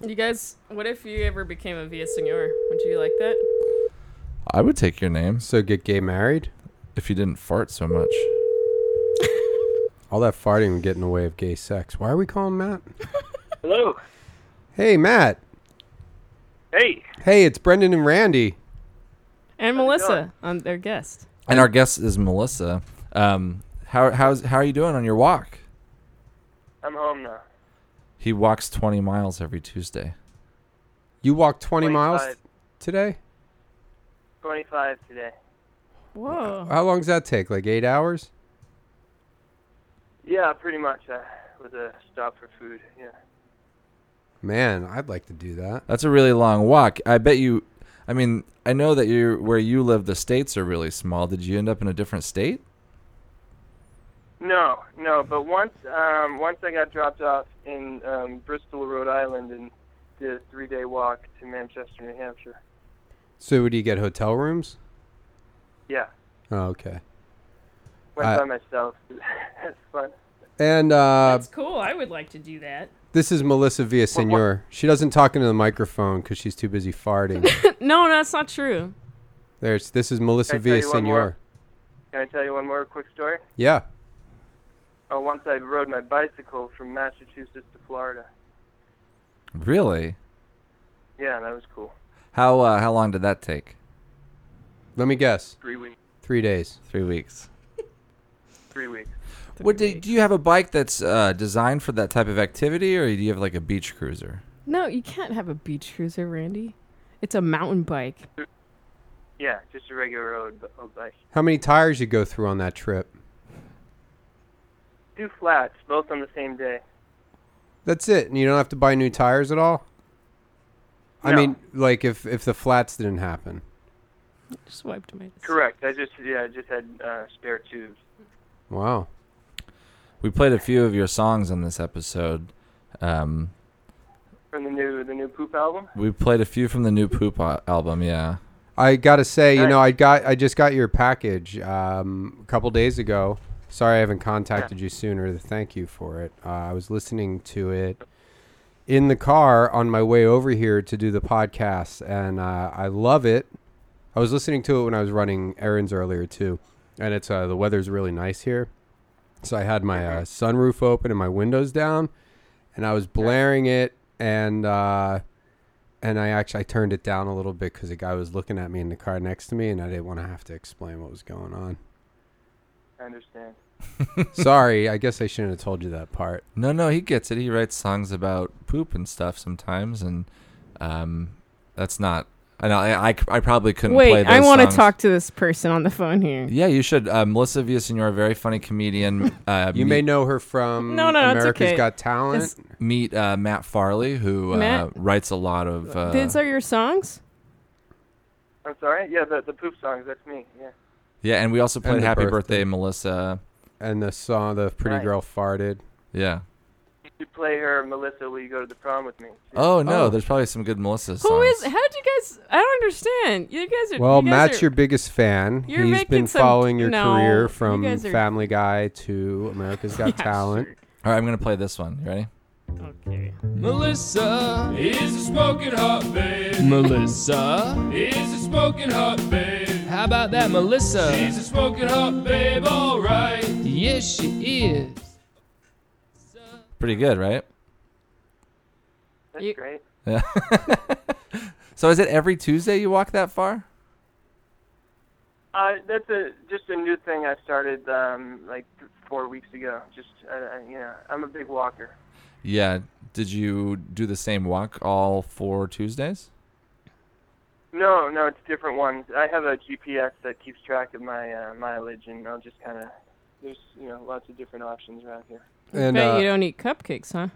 [SPEAKER 4] You guys, what if you ever became a Via Senor? Would you like that?
[SPEAKER 1] I would take your names
[SPEAKER 2] So get gay married.
[SPEAKER 1] if you didn't fart so much.
[SPEAKER 2] All that farting would get in the way of gay sex. Why are we calling Matt?
[SPEAKER 6] Hello.
[SPEAKER 2] Hey, Matt.
[SPEAKER 6] Hey.
[SPEAKER 2] Hey, it's Brendan and Randy.
[SPEAKER 4] And Melissa, on their guest.
[SPEAKER 1] And our guest is Melissa. Um, how how's how are you doing on your walk?
[SPEAKER 6] I'm home now.
[SPEAKER 1] He walks twenty miles every Tuesday.
[SPEAKER 2] You walked 20 miles
[SPEAKER 6] 25.
[SPEAKER 2] today?
[SPEAKER 6] 25 today.
[SPEAKER 1] Uh,
[SPEAKER 4] Whoa.
[SPEAKER 2] How long does that take? Like eight hours?
[SPEAKER 6] Yeah, pretty much. Uh, with a stop for food. Yeah.
[SPEAKER 2] Man, I'd like to do that.
[SPEAKER 1] That's a really long walk. I bet you. I mean, I know that you where you live, the states are really small. Did you end up in a different state?
[SPEAKER 6] No, no. But once, um, once I got dropped off in um, Bristol, Rhode Island, and did a three-day walk to Manchester, New Hampshire.
[SPEAKER 2] So, would you get hotel rooms?
[SPEAKER 6] Yeah.
[SPEAKER 2] Oh, okay.
[SPEAKER 6] Went
[SPEAKER 2] Uh,
[SPEAKER 6] by myself. That's fun.
[SPEAKER 2] And uh,
[SPEAKER 7] That's cool. I would like to do that.
[SPEAKER 2] this is Melissa Villasenor. She doesn't talk into the microphone because she's too busy farting.
[SPEAKER 4] No, that's not true.
[SPEAKER 2] There's this is Melissa
[SPEAKER 6] Can I tell you one
[SPEAKER 2] Villasenor.
[SPEAKER 6] more? Can I tell you one more quick story?
[SPEAKER 2] Yeah.
[SPEAKER 6] Oh, once I rode my bicycle from Massachusetts to Florida.
[SPEAKER 1] Really?
[SPEAKER 6] Yeah, that was cool.
[SPEAKER 1] How uh, how long did that take?
[SPEAKER 2] Let me guess.
[SPEAKER 6] Three weeks.
[SPEAKER 2] Three days.
[SPEAKER 1] Three weeks.
[SPEAKER 6] Three weeks.
[SPEAKER 1] What do, do you have a bike that's uh, designed for that type of activity, or do you have like a beach cruiser?
[SPEAKER 4] No, you can't have a beach cruiser, Randy. It's a mountain bike.
[SPEAKER 6] Yeah, just a regular road b- old bike.
[SPEAKER 2] How many tires you go through on that trip?
[SPEAKER 6] Two flats, both on the same day.
[SPEAKER 2] That's it, and you don't have to buy new tires at all. I
[SPEAKER 6] No.
[SPEAKER 2] mean, like if if the flats didn't happen.
[SPEAKER 4] Just wiped my.
[SPEAKER 6] Correct. I just yeah, I just had uh, spare tubes.
[SPEAKER 2] Wow.
[SPEAKER 1] We played a few of your songs on this episode. Um,
[SPEAKER 6] From the new the new poop album?
[SPEAKER 1] we played a few from the new Poop al- album. Yeah.
[SPEAKER 2] I gotta say, you
[SPEAKER 6] Nice.
[SPEAKER 2] know, I got I just got your package um, a couple days ago. Sorry, I haven't contacted you sooner. Thank you for it. Uh, I was listening to it in the car on my way over here to do the podcast, and uh, I love it. I was listening to it when I was running errands earlier too, and it's uh, the weather's really nice here, so I had my uh, sunroof open and my windows down, and I was blaring it, and uh, and I actually I turned it down a little bit because the guy was looking at me in the car next to me, and I didn't want to have to explain what was going on.
[SPEAKER 6] I understand.
[SPEAKER 2] Sorry, I guess I shouldn't have told you that part.
[SPEAKER 1] No, no, he gets it. He writes songs about poop and stuff sometimes, and um, that's not. I know. I, I, I probably couldn't play.
[SPEAKER 4] Wait,
[SPEAKER 1] Those
[SPEAKER 4] I want to
[SPEAKER 1] songs.
[SPEAKER 4] talk to this person on the phone here.
[SPEAKER 1] Yeah, you should. Uh, Melissa Villasenor, a very funny comedian. Uh,
[SPEAKER 2] You may know her from
[SPEAKER 4] No, no, it's
[SPEAKER 2] America's
[SPEAKER 4] okay.
[SPEAKER 2] Got Talent.
[SPEAKER 4] It's-
[SPEAKER 1] meet uh, Matt Farley, who uh,
[SPEAKER 4] Matt-
[SPEAKER 1] writes a lot of. Uh,
[SPEAKER 4] These are your songs?
[SPEAKER 6] I'm sorry? Yeah, the the poop songs, that's me. Yeah.
[SPEAKER 1] yeah, and we also played
[SPEAKER 2] the
[SPEAKER 1] Happy Birthday,
[SPEAKER 2] birthday.
[SPEAKER 1] Melissa.
[SPEAKER 2] and the song "The Pretty
[SPEAKER 6] Right.
[SPEAKER 2] Girl Farted."
[SPEAKER 1] Yeah.
[SPEAKER 6] You should play her Melissa, will you go to the prom with me?
[SPEAKER 1] Oh no,
[SPEAKER 2] Oh.
[SPEAKER 1] there's probably some good Melissa songs.
[SPEAKER 4] Who is? How would you guys? I don't understand. You guys are.
[SPEAKER 2] Well,
[SPEAKER 4] you guys
[SPEAKER 2] Matt's
[SPEAKER 4] are-
[SPEAKER 2] your biggest fan. He's
[SPEAKER 4] You're
[SPEAKER 2] been
[SPEAKER 4] making some-
[SPEAKER 2] following your
[SPEAKER 4] no,
[SPEAKER 2] career
[SPEAKER 4] you
[SPEAKER 2] from
[SPEAKER 4] guys are-
[SPEAKER 2] Family Guy to America's Got
[SPEAKER 4] Yeah,
[SPEAKER 2] Talent.
[SPEAKER 1] All right, I'm gonna play this one. You ready?
[SPEAKER 4] Okay.
[SPEAKER 5] Melissa is a smoking hot babe. Melissa is a smoking hot babe. How about that, Melissa? She's a smoking hot babe, alright. Yes, she is.
[SPEAKER 1] Pretty good, right?
[SPEAKER 6] That's
[SPEAKER 4] You-
[SPEAKER 6] great.
[SPEAKER 1] Yeah. so is it every Tuesday you walk that far?
[SPEAKER 6] Uh, that's a just a new thing I started um, like th- four weeks ago. Just uh, uh, you know, I'm a big walker.
[SPEAKER 1] Yeah. Did you do the same walk all four Tuesdays?
[SPEAKER 6] No, no, it's different ones. I have a GPS that keeps track of my uh, mileage, and I'll just kind of there's you know lots of different options around here.
[SPEAKER 2] And
[SPEAKER 4] Bet
[SPEAKER 2] uh,
[SPEAKER 4] you don't eat cupcakes, huh?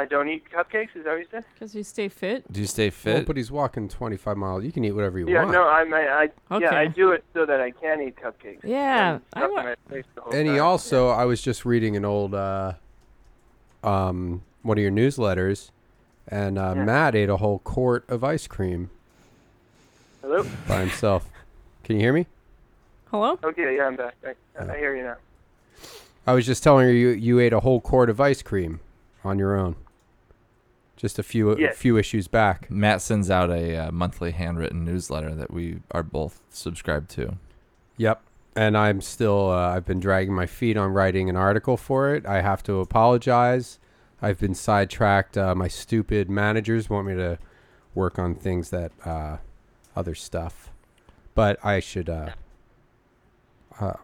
[SPEAKER 6] I don't eat cupcakes. Is that what you said?
[SPEAKER 4] Because you stay fit.
[SPEAKER 1] Do you stay
[SPEAKER 2] well,
[SPEAKER 1] fit?
[SPEAKER 2] but he's walking 25 miles. You can eat whatever you
[SPEAKER 6] Yeah,
[SPEAKER 2] want.
[SPEAKER 6] no, I'm, I, I yeah, I
[SPEAKER 4] Okay.
[SPEAKER 6] do it so that I can eat cupcakes.
[SPEAKER 4] Yeah,
[SPEAKER 6] I'm
[SPEAKER 4] I
[SPEAKER 6] stuffing
[SPEAKER 4] wa-
[SPEAKER 6] my face the whole
[SPEAKER 2] and he
[SPEAKER 6] time.
[SPEAKER 2] also i was just reading an old uh um one of your newsletters and uh,
[SPEAKER 6] Yeah.
[SPEAKER 2] matt ate a whole quart of ice cream
[SPEAKER 6] Hello.
[SPEAKER 2] by himself can you hear me
[SPEAKER 4] Hello.
[SPEAKER 6] Okay, yeah, I'm back. I, I hear you now.
[SPEAKER 2] i was just telling her you you ate a whole quart of ice cream on your own just a few a
[SPEAKER 6] Yes.
[SPEAKER 2] few issues back
[SPEAKER 1] Matt sends out a uh, monthly handwritten newsletter that we are both subscribed to.
[SPEAKER 2] yep and i'm still uh, i've been dragging my feet on writing an article for it i have to apologize i've been sidetracked uh, my stupid managers want me to work on things that uh, other stuff. But I should. Uh, uh,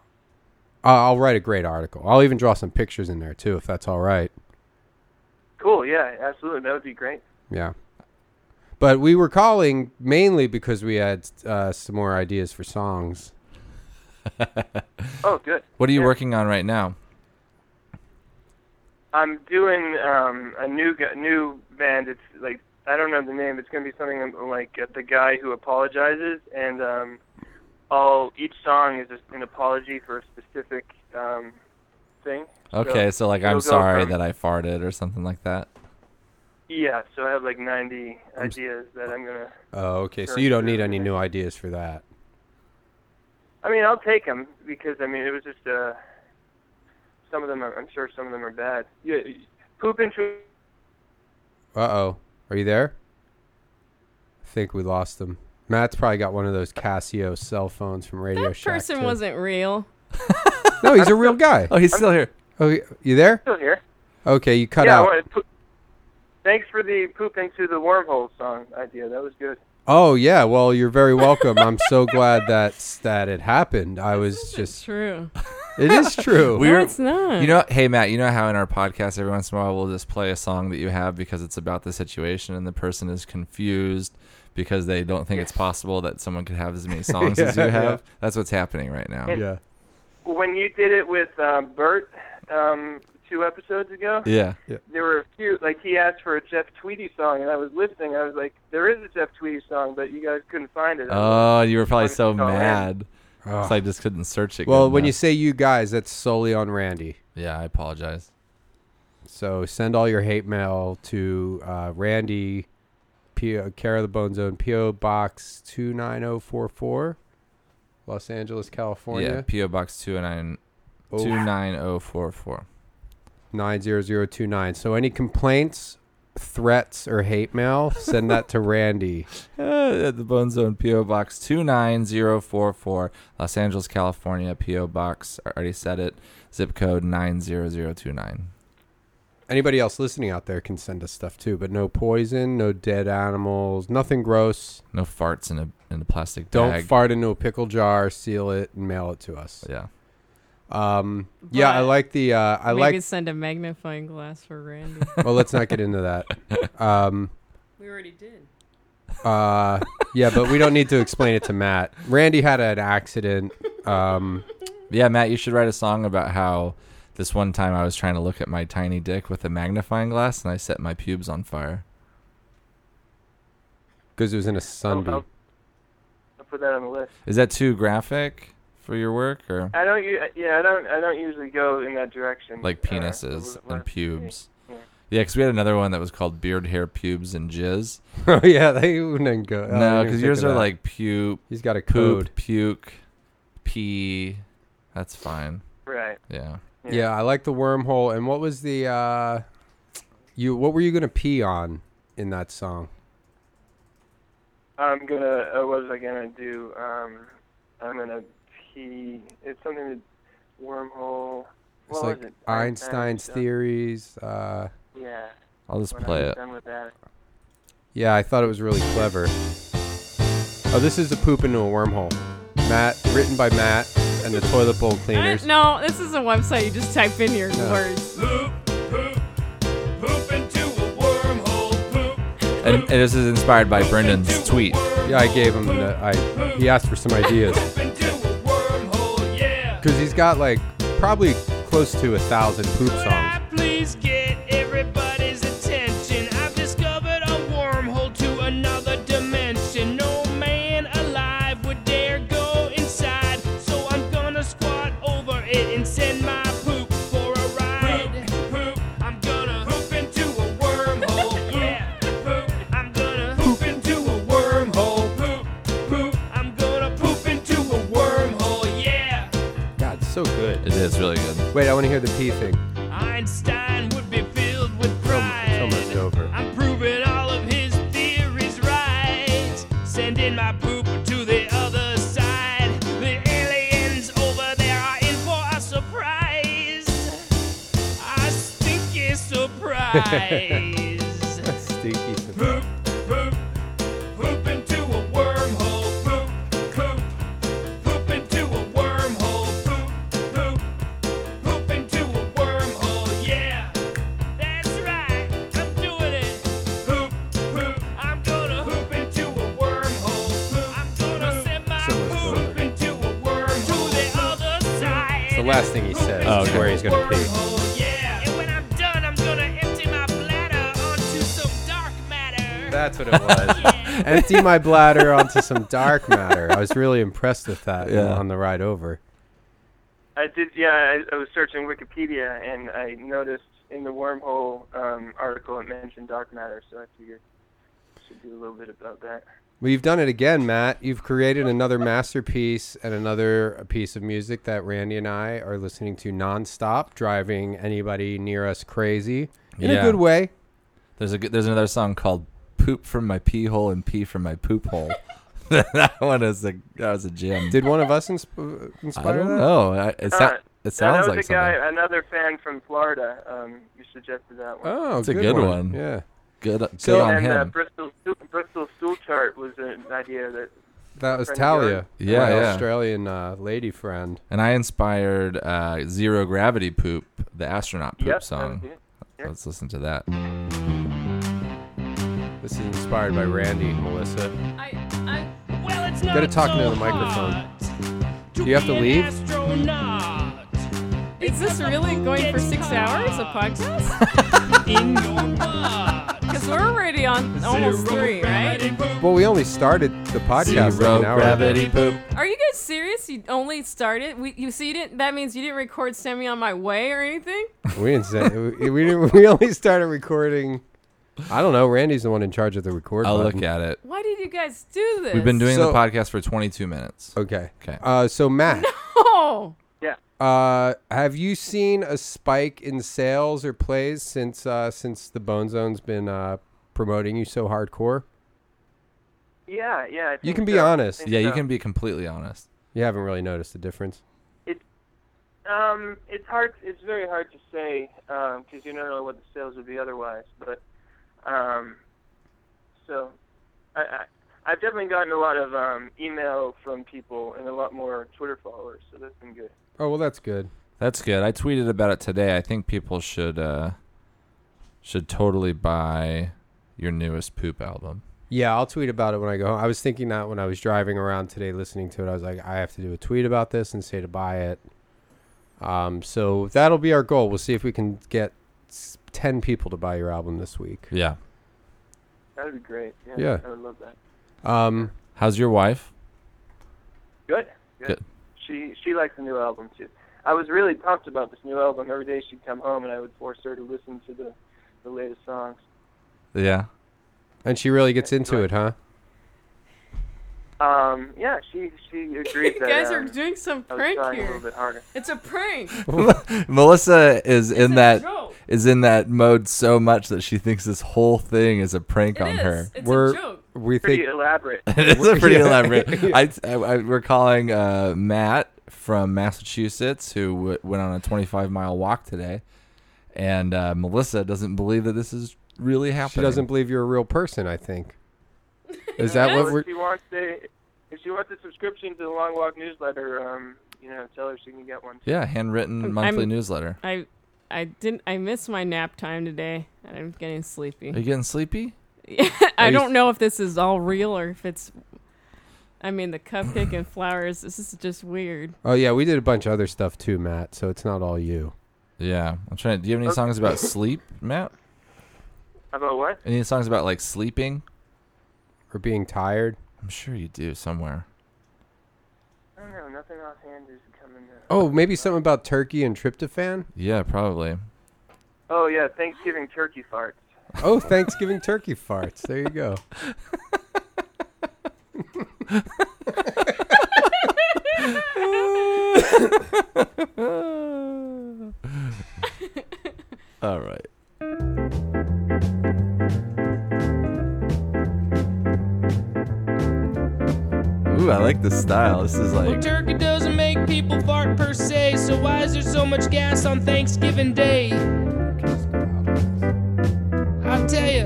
[SPEAKER 2] I- I'll write a great article. I'll even draw some pictures in there too, if that's all right.
[SPEAKER 6] Cool. Yeah, absolutely. That would be great.
[SPEAKER 2] Yeah. But we were calling mainly because we had uh, some more ideas for songs.
[SPEAKER 6] Oh, good.
[SPEAKER 1] What are you
[SPEAKER 6] Yeah.
[SPEAKER 1] working on right now?
[SPEAKER 6] I'm doing um, a new gu- new band. It's like I don't know the name. It's gonna be something like uh, the guy who apologizes, and um, all each song is just an apology for a specific um, thing.
[SPEAKER 1] Okay, so like
[SPEAKER 6] it'll
[SPEAKER 1] I'm
[SPEAKER 6] go
[SPEAKER 1] sorry
[SPEAKER 6] from-
[SPEAKER 1] that I farted or something like that.
[SPEAKER 6] Yeah, so I have like 90
[SPEAKER 2] I'm s-
[SPEAKER 6] ideas that I'm gonna.
[SPEAKER 2] Oh, okay. So
[SPEAKER 6] Sure.
[SPEAKER 2] you don't need any new ideas for that.
[SPEAKER 6] I mean, I'll take them because I mean it was just uh, some of them. Are, I'm sure some of them are bad. Yeah, poop into
[SPEAKER 2] Uh oh. Are you there? I think we lost him. Matt's probably got one of those Casio cell phones from Radio
[SPEAKER 4] That
[SPEAKER 2] Shack.
[SPEAKER 4] person
[SPEAKER 2] too.
[SPEAKER 4] wasn't real.
[SPEAKER 2] No, he's a real guy.
[SPEAKER 1] Oh, he's still here.
[SPEAKER 2] Oh, y- you there?
[SPEAKER 6] still here.
[SPEAKER 2] Okay, you cut
[SPEAKER 6] yeah, I
[SPEAKER 2] out.
[SPEAKER 6] wanted to poop. Thanks for the poop into the wormhole song idea. That was good.
[SPEAKER 2] Oh yeah. Well, you're very welcome. I'm so glad that that it happened. I was just.
[SPEAKER 4] True.
[SPEAKER 2] It is true.
[SPEAKER 1] We're-
[SPEAKER 4] it's
[SPEAKER 2] Hmm.
[SPEAKER 4] not.
[SPEAKER 1] You know, hey Matt, you know how in our podcast every once in a while we'll just play a song that you have because it's about the situation and the person is confused because they don't think it's possible that someone could have as many songs as you
[SPEAKER 2] Yeah, yeah.
[SPEAKER 1] have. That's what's happening right now.
[SPEAKER 2] yeah.
[SPEAKER 6] When you did it with um, Bert um, two episodes ago,
[SPEAKER 1] Yeah.
[SPEAKER 6] there were a few. Like he asked for a Jeff Tweedy song, and I was listening. I was like, "There is a Jeff Tweedy song, but you guys couldn't find it."
[SPEAKER 1] Oh, you were probably
[SPEAKER 6] Wanted
[SPEAKER 1] so
[SPEAKER 6] to call in.
[SPEAKER 1] mad.
[SPEAKER 2] Oh.
[SPEAKER 1] So I just couldn't search it.
[SPEAKER 2] Well,
[SPEAKER 1] good
[SPEAKER 2] when you
[SPEAKER 1] enough.
[SPEAKER 2] say you guys, that's solely on Randy.
[SPEAKER 1] Yeah, I apologize.
[SPEAKER 2] So send all your hate mail to uh, Randy, PO, Care of the Bone Zone, PO Box two nine zero four four, Los Angeles,
[SPEAKER 1] Yeah,
[SPEAKER 2] California.
[SPEAKER 1] PO Box 209
[SPEAKER 2] Oh.
[SPEAKER 1] 29044.
[SPEAKER 2] 90029. So any complaints, threats, or hate mail, send that to Randy.
[SPEAKER 1] Uh, at the Bone Zone PO Box 29044, Los Angeles, California PO Box. I already said it. Zip code 90029.
[SPEAKER 2] Anybody else listening out there can send us stuff too, but no poison, no dead animals, nothing gross.
[SPEAKER 1] No farts in a in a plastic
[SPEAKER 2] Don't
[SPEAKER 1] bag.
[SPEAKER 2] fart into a pickle jar, seal it, and mail it to us.
[SPEAKER 1] Yeah.
[SPEAKER 2] Um, yeah, I like the uh, I
[SPEAKER 4] we
[SPEAKER 2] like.
[SPEAKER 4] could send a magnifying glass for Randy.
[SPEAKER 2] Well, let's not get into that. Um,
[SPEAKER 7] We already did.
[SPEAKER 2] Uh, yeah, but we don't need to explain it to Matt. Randy had an accident. Um,
[SPEAKER 1] Yeah, Matt, you should write a song about how this one time I was trying to look at my tiny dick with a magnifying glass and I set my pubes on fire.
[SPEAKER 2] because it was in a
[SPEAKER 6] I'll,
[SPEAKER 2] sunbeam.
[SPEAKER 6] I'll, I'll put that on the list.
[SPEAKER 1] Is that too graphic for your work or
[SPEAKER 6] I don't. u- Yeah, I don't. I don't usually go in that direction.
[SPEAKER 1] like
[SPEAKER 6] Uh,
[SPEAKER 1] penises
[SPEAKER 6] what-
[SPEAKER 1] and pubes?
[SPEAKER 6] Yeah.
[SPEAKER 1] Yeah, because we had another one that was called beard, hair, pubes, and jizz.
[SPEAKER 2] oh yeah, they wouldn't go. oh, I
[SPEAKER 1] no,
[SPEAKER 2] didn't
[SPEAKER 1] because
[SPEAKER 2] think
[SPEAKER 1] yours
[SPEAKER 2] of
[SPEAKER 1] are
[SPEAKER 2] that.
[SPEAKER 1] like puke,
[SPEAKER 2] he's got a
[SPEAKER 1] poop,
[SPEAKER 2] code.
[SPEAKER 1] puke, pee. That's fine.
[SPEAKER 6] Right.
[SPEAKER 1] Yeah.
[SPEAKER 6] Yeah.
[SPEAKER 2] Yeah, I like the wormhole. And what was the uh, you? What were you gonna pee on in that song?
[SPEAKER 6] I'm gonna. Uh, what was I gonna do? Um, I'm gonna pee. It's something to wormhole.
[SPEAKER 2] It's
[SPEAKER 6] What
[SPEAKER 2] like
[SPEAKER 6] was it?
[SPEAKER 2] Einstein's
[SPEAKER 6] stuff.
[SPEAKER 2] theories. Uh,
[SPEAKER 6] Yeah.
[SPEAKER 1] I'll just
[SPEAKER 6] When
[SPEAKER 1] play
[SPEAKER 6] I'm
[SPEAKER 1] it.
[SPEAKER 6] done with that.
[SPEAKER 2] yeah, I thought it was really clever. Oh, this is a poop into a wormhole. Matt, written by Matt and the toilet bowl
[SPEAKER 4] Uh,
[SPEAKER 2] cleaners.
[SPEAKER 4] no, this is a website. You just type in your words.
[SPEAKER 5] Poop, poop, poop into a wormhole. Poop,
[SPEAKER 1] And, and this is inspired by Brendan's tweet.
[SPEAKER 2] Yeah, I gave him. The, I he asked for some ideas
[SPEAKER 5] into a wormhole, yeah.
[SPEAKER 2] because he's got like probably close to a thousand poop
[SPEAKER 5] Could
[SPEAKER 2] songs.
[SPEAKER 5] I please get everybody's attention? I've discovered a wormhole to another dimension. No man alive would dare go inside. So I'm gonna squat over it and send my poop for a ride. Poop, poop. I'm gonna poop into a wormhole. yeah. Poop. I'm gonna poop into a wormhole. Poop, poop. I'm gonna poop into a wormhole. Yeah.
[SPEAKER 2] God, it's so good.
[SPEAKER 1] It is really good.
[SPEAKER 2] Wait, I want to hear the pee thing.
[SPEAKER 5] Einstein would be filled with
[SPEAKER 2] It's
[SPEAKER 5] pride.
[SPEAKER 2] almost, it's almost over.
[SPEAKER 5] I'm proving all of his theories right. Sending my poop to the other side. The aliens over there are in for a surprise. A stinky surprise.
[SPEAKER 2] Stinky.
[SPEAKER 5] poop, poop, poop into a wormhole. Poop, poop, poop into a wormhole. Poop, poop, poop into a wormhole. Yeah, that's right. I'm doing it. Poop, poop. I'm gonna poop into a wormhole. Poop, I'm gonna send my
[SPEAKER 2] So much
[SPEAKER 5] poop
[SPEAKER 2] better.
[SPEAKER 5] into a wormhole. To the other side.
[SPEAKER 2] It's the last thing he says.
[SPEAKER 5] Oh,
[SPEAKER 2] is
[SPEAKER 5] okay.
[SPEAKER 2] Where he's gonna pee.
[SPEAKER 5] Yeah. And when I'm done, I'm gonna empty my bladder onto some dark matter.
[SPEAKER 2] That's what it was. Empty my bladder onto some dark matter. I was really impressed with that
[SPEAKER 1] Yeah.
[SPEAKER 2] on the ride over.
[SPEAKER 6] I did. Yeah, I, I was searching Wikipedia and I noticed in the wormhole um, article it mentioned dark matter, so I figured I should do a little bit about that.
[SPEAKER 2] Well, you've done it again, Matt. You've created another masterpiece and another piece of music that Randy and I are listening to nonstop, driving anybody near us crazy in a
[SPEAKER 1] Yeah.
[SPEAKER 2] good way.
[SPEAKER 1] There's a good- there's another song called "Poop from My Pee Hole and Pee from My Poop Hole." that one is a that was a gem.
[SPEAKER 2] Did one of us insp- uh,
[SPEAKER 1] I
[SPEAKER 2] inspire
[SPEAKER 1] don't
[SPEAKER 2] that?
[SPEAKER 1] know. I, it,
[SPEAKER 6] Uh,
[SPEAKER 1] sou- it
[SPEAKER 6] Yeah,
[SPEAKER 1] sounds
[SPEAKER 6] that was
[SPEAKER 1] like
[SPEAKER 6] a guy,
[SPEAKER 1] something.
[SPEAKER 6] another fan from Florida. Um, you suggested that one.
[SPEAKER 2] Oh,
[SPEAKER 1] It's a good one.
[SPEAKER 2] Yeah,
[SPEAKER 1] Good, good
[SPEAKER 2] So-
[SPEAKER 1] on
[SPEAKER 6] and
[SPEAKER 1] him.
[SPEAKER 6] Uh, Bristol stool, Bristol stool chart was an idea that
[SPEAKER 2] that was
[SPEAKER 6] Friend of yours?
[SPEAKER 2] Talia.
[SPEAKER 1] Yeah,
[SPEAKER 2] my
[SPEAKER 1] yeah.
[SPEAKER 2] Australian uh, lady friend.
[SPEAKER 1] and I inspired uh, Zero Gravity Poop, the astronaut poop
[SPEAKER 6] yep,
[SPEAKER 1] song.
[SPEAKER 6] That was it. yeah.
[SPEAKER 1] Let's listen to that.
[SPEAKER 2] This is inspired by Randy and Melissa.
[SPEAKER 7] I, I, well, it's not
[SPEAKER 2] Gotta talk
[SPEAKER 7] so
[SPEAKER 2] into the microphone.
[SPEAKER 7] hot
[SPEAKER 2] Do you have
[SPEAKER 7] be
[SPEAKER 2] to
[SPEAKER 7] an
[SPEAKER 2] leave?
[SPEAKER 7] Astronaut
[SPEAKER 4] Is this really going for six hours? A podcast?
[SPEAKER 7] in your butt.
[SPEAKER 4] Because we're already on almost
[SPEAKER 5] Zero
[SPEAKER 4] three, right?
[SPEAKER 5] gravity poop.
[SPEAKER 2] Well, we only started the podcast
[SPEAKER 1] Zero
[SPEAKER 2] like an hour ago.
[SPEAKER 1] Gravity Poop.
[SPEAKER 4] Are you guys serious? You only started? We, you see, you didn't. That means you didn't record "Send Me on My Way" or anything.
[SPEAKER 2] We didn't say we, we didn't. We only started recording. I don't know. Randy's the one in charge of the record.
[SPEAKER 1] I'll
[SPEAKER 2] button.
[SPEAKER 1] look at it.
[SPEAKER 4] Why did you guys do this?
[SPEAKER 1] We've been doing
[SPEAKER 2] So-
[SPEAKER 1] the podcast for 22 minutes.
[SPEAKER 2] Okay.
[SPEAKER 1] Okay.
[SPEAKER 2] Uh, so Matt,
[SPEAKER 4] Oh,
[SPEAKER 2] uh, have you seen a spike in sales or plays since uh, since the Bone Zone's been uh, promoting you so hardcore?
[SPEAKER 6] yeah, yeah. I think
[SPEAKER 2] can be
[SPEAKER 6] so. I
[SPEAKER 2] honest.
[SPEAKER 6] think
[SPEAKER 1] Yeah, you
[SPEAKER 6] so.
[SPEAKER 1] can be completely honest.
[SPEAKER 2] You haven't really noticed the difference.
[SPEAKER 6] Um, it's hard. It's very hard to say because you don't know what the sales would be otherwise. But um, so I, I I've definitely gotten a lot of um, email from people and a lot more Twitter followers. So that's been good.
[SPEAKER 2] Oh well, that's good.
[SPEAKER 1] That's good. I tweeted about it today. I think people should uh, should totally buy your newest poop album.
[SPEAKER 2] Yeah, I'll tweet about it when I go home. I was thinking that when I was driving around today listening to it, I was like, I have to do a tweet about this and say to buy it. Um, so that'll be our goal. We'll see if we can get s- 10 people to buy your album this week.
[SPEAKER 1] Yeah.
[SPEAKER 6] That would be great. Yeah,
[SPEAKER 2] Yeah.
[SPEAKER 6] I would love that.
[SPEAKER 2] Um,
[SPEAKER 1] How's your wife?
[SPEAKER 6] Good. Good.
[SPEAKER 1] Good.
[SPEAKER 6] She she likes the new album too. I was really pumped about this new album. Every day she'd come home and I would force her to listen to the the latest songs.
[SPEAKER 1] Yeah.
[SPEAKER 2] and she really gets into it, huh?
[SPEAKER 6] Um, yeah, she she agreed
[SPEAKER 4] you
[SPEAKER 6] that
[SPEAKER 4] guys are
[SPEAKER 6] um,
[SPEAKER 4] doing some
[SPEAKER 6] I was
[SPEAKER 4] prank
[SPEAKER 6] trying a
[SPEAKER 4] here.
[SPEAKER 6] little bit harder.
[SPEAKER 4] It's a prank.
[SPEAKER 1] Melissa is in
[SPEAKER 7] a
[SPEAKER 1] that is
[SPEAKER 7] joke.
[SPEAKER 1] in that mode so much that she thinks this whole thing is a prank
[SPEAKER 4] It
[SPEAKER 1] on
[SPEAKER 4] is.
[SPEAKER 1] her.
[SPEAKER 4] It's
[SPEAKER 2] We're-
[SPEAKER 4] a joke.
[SPEAKER 2] We
[SPEAKER 6] Pretty
[SPEAKER 2] think
[SPEAKER 6] elaborate.
[SPEAKER 1] it's a pretty
[SPEAKER 2] Yeah.
[SPEAKER 1] elaborate. I, I, I- we're calling uh, Matt from Massachusetts who w- went on a 25 mile walk today, and uh, Melissa doesn't believe that this is really
[SPEAKER 2] she
[SPEAKER 1] happening.
[SPEAKER 2] doesn't believe you're a real person, I think. Is that
[SPEAKER 6] Well,
[SPEAKER 2] what we're.
[SPEAKER 6] if she wants the if she wants a subscription to the Long Walk newsletter, um, you know, tell her she can get one.
[SPEAKER 1] Yeah, handwritten
[SPEAKER 4] I'm-
[SPEAKER 1] monthly
[SPEAKER 4] I'm-
[SPEAKER 1] newsletter.
[SPEAKER 4] I, I didn't. I missed my nap time today. I'm getting
[SPEAKER 1] Are
[SPEAKER 4] sleepy.
[SPEAKER 1] you getting sleepy?
[SPEAKER 4] I
[SPEAKER 2] you-
[SPEAKER 4] don't know if this is all real or if it's. I mean, the cupcake and flowers. This is just weird.
[SPEAKER 2] Oh, yeah, we did a bunch of other stuff too, Matt, so it's not all you.
[SPEAKER 1] Yeah, I'm trying. Do you have any songs about sleep, Matt?
[SPEAKER 6] How about what?
[SPEAKER 1] Any songs about like sleeping?
[SPEAKER 2] Or being tired.
[SPEAKER 1] I'm sure you do somewhere.
[SPEAKER 6] I don't know. Nothing offhand is coming. Up.
[SPEAKER 2] Oh, maybe something about turkey and tryptophan?
[SPEAKER 1] Yeah, probably.
[SPEAKER 6] Oh yeah, Thanksgiving turkey farts.
[SPEAKER 2] Oh, Thanksgiving turkey farts. There you go.
[SPEAKER 1] All right. Ooh, I like this style. This is
[SPEAKER 5] Well,
[SPEAKER 1] like
[SPEAKER 5] turkey doesn't make people fart per se, so why is there so much gas on Thanksgiving Day? I'll tell you.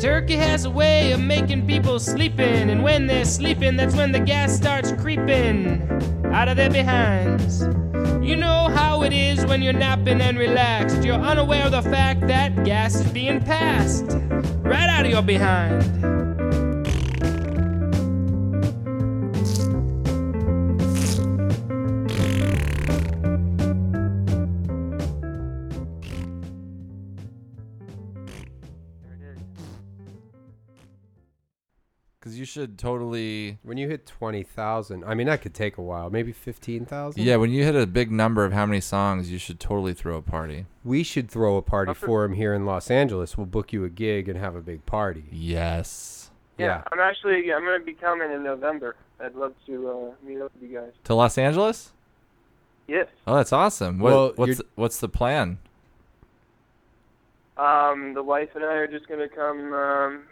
[SPEAKER 5] Turkey has a way of making people sleeping, and when they're sleeping, that's when the gas starts creeping out of their behinds. You know how it is when you're napping and relaxed. You're unaware of the fact that gas is being passed right out of your behind.
[SPEAKER 1] should totally.
[SPEAKER 2] When you hit 20,000, I mean, that could take a while, maybe 15,000.
[SPEAKER 1] Yeah, when you hit a big number of how many songs, you should totally throw a party.
[SPEAKER 2] We should throw a party
[SPEAKER 6] I'm for-
[SPEAKER 2] for him here in Los Angeles. We'll book you a gig and have a big party.
[SPEAKER 1] Yes.
[SPEAKER 2] Yeah.
[SPEAKER 6] I'm actually I'm gonna be coming in November. I'd love to uh, meet up with you guys.
[SPEAKER 1] To Los Angeles?
[SPEAKER 6] Yes.
[SPEAKER 1] Oh, that's awesome. What,
[SPEAKER 2] Well,
[SPEAKER 1] what's
[SPEAKER 2] you're-
[SPEAKER 1] what's the plan?
[SPEAKER 6] Um, the wife and I are just gonna come um,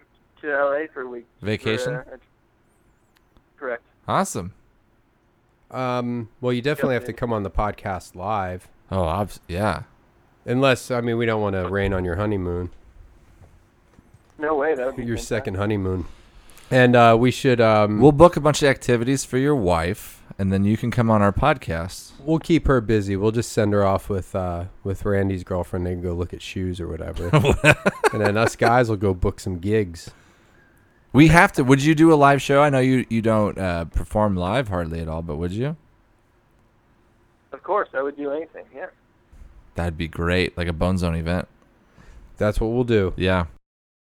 [SPEAKER 6] to LA for a week.
[SPEAKER 1] Vacation?
[SPEAKER 6] For, uh, correct.
[SPEAKER 1] Awesome.
[SPEAKER 2] Um, well, you definitely
[SPEAKER 6] Yep.
[SPEAKER 2] have to come on the podcast live.
[SPEAKER 1] Oh, obs- yeah.
[SPEAKER 2] Unless, I mean, we don't want to rain on your honeymoon,
[SPEAKER 6] No way. That would be
[SPEAKER 2] your
[SPEAKER 6] fantastic.
[SPEAKER 2] second honeymoon. And uh, we should, um, we'll,
[SPEAKER 1] We'll book a bunch of activities for your wife, and then you can come on our podcast.
[SPEAKER 2] we'll keep her busy. We'll just send her off with, uh, with Randy's girlfriend. They can go look at shoes or whatever. and then us guys will go book some gigs.
[SPEAKER 1] We have to. Would you do a live show? I know you you don't uh, perform live hardly at all, but would you?
[SPEAKER 6] Of course, I would do anything. Yeah.
[SPEAKER 1] That'd be great, like a Bone Zone event.
[SPEAKER 2] That's what we'll do.
[SPEAKER 1] Yeah.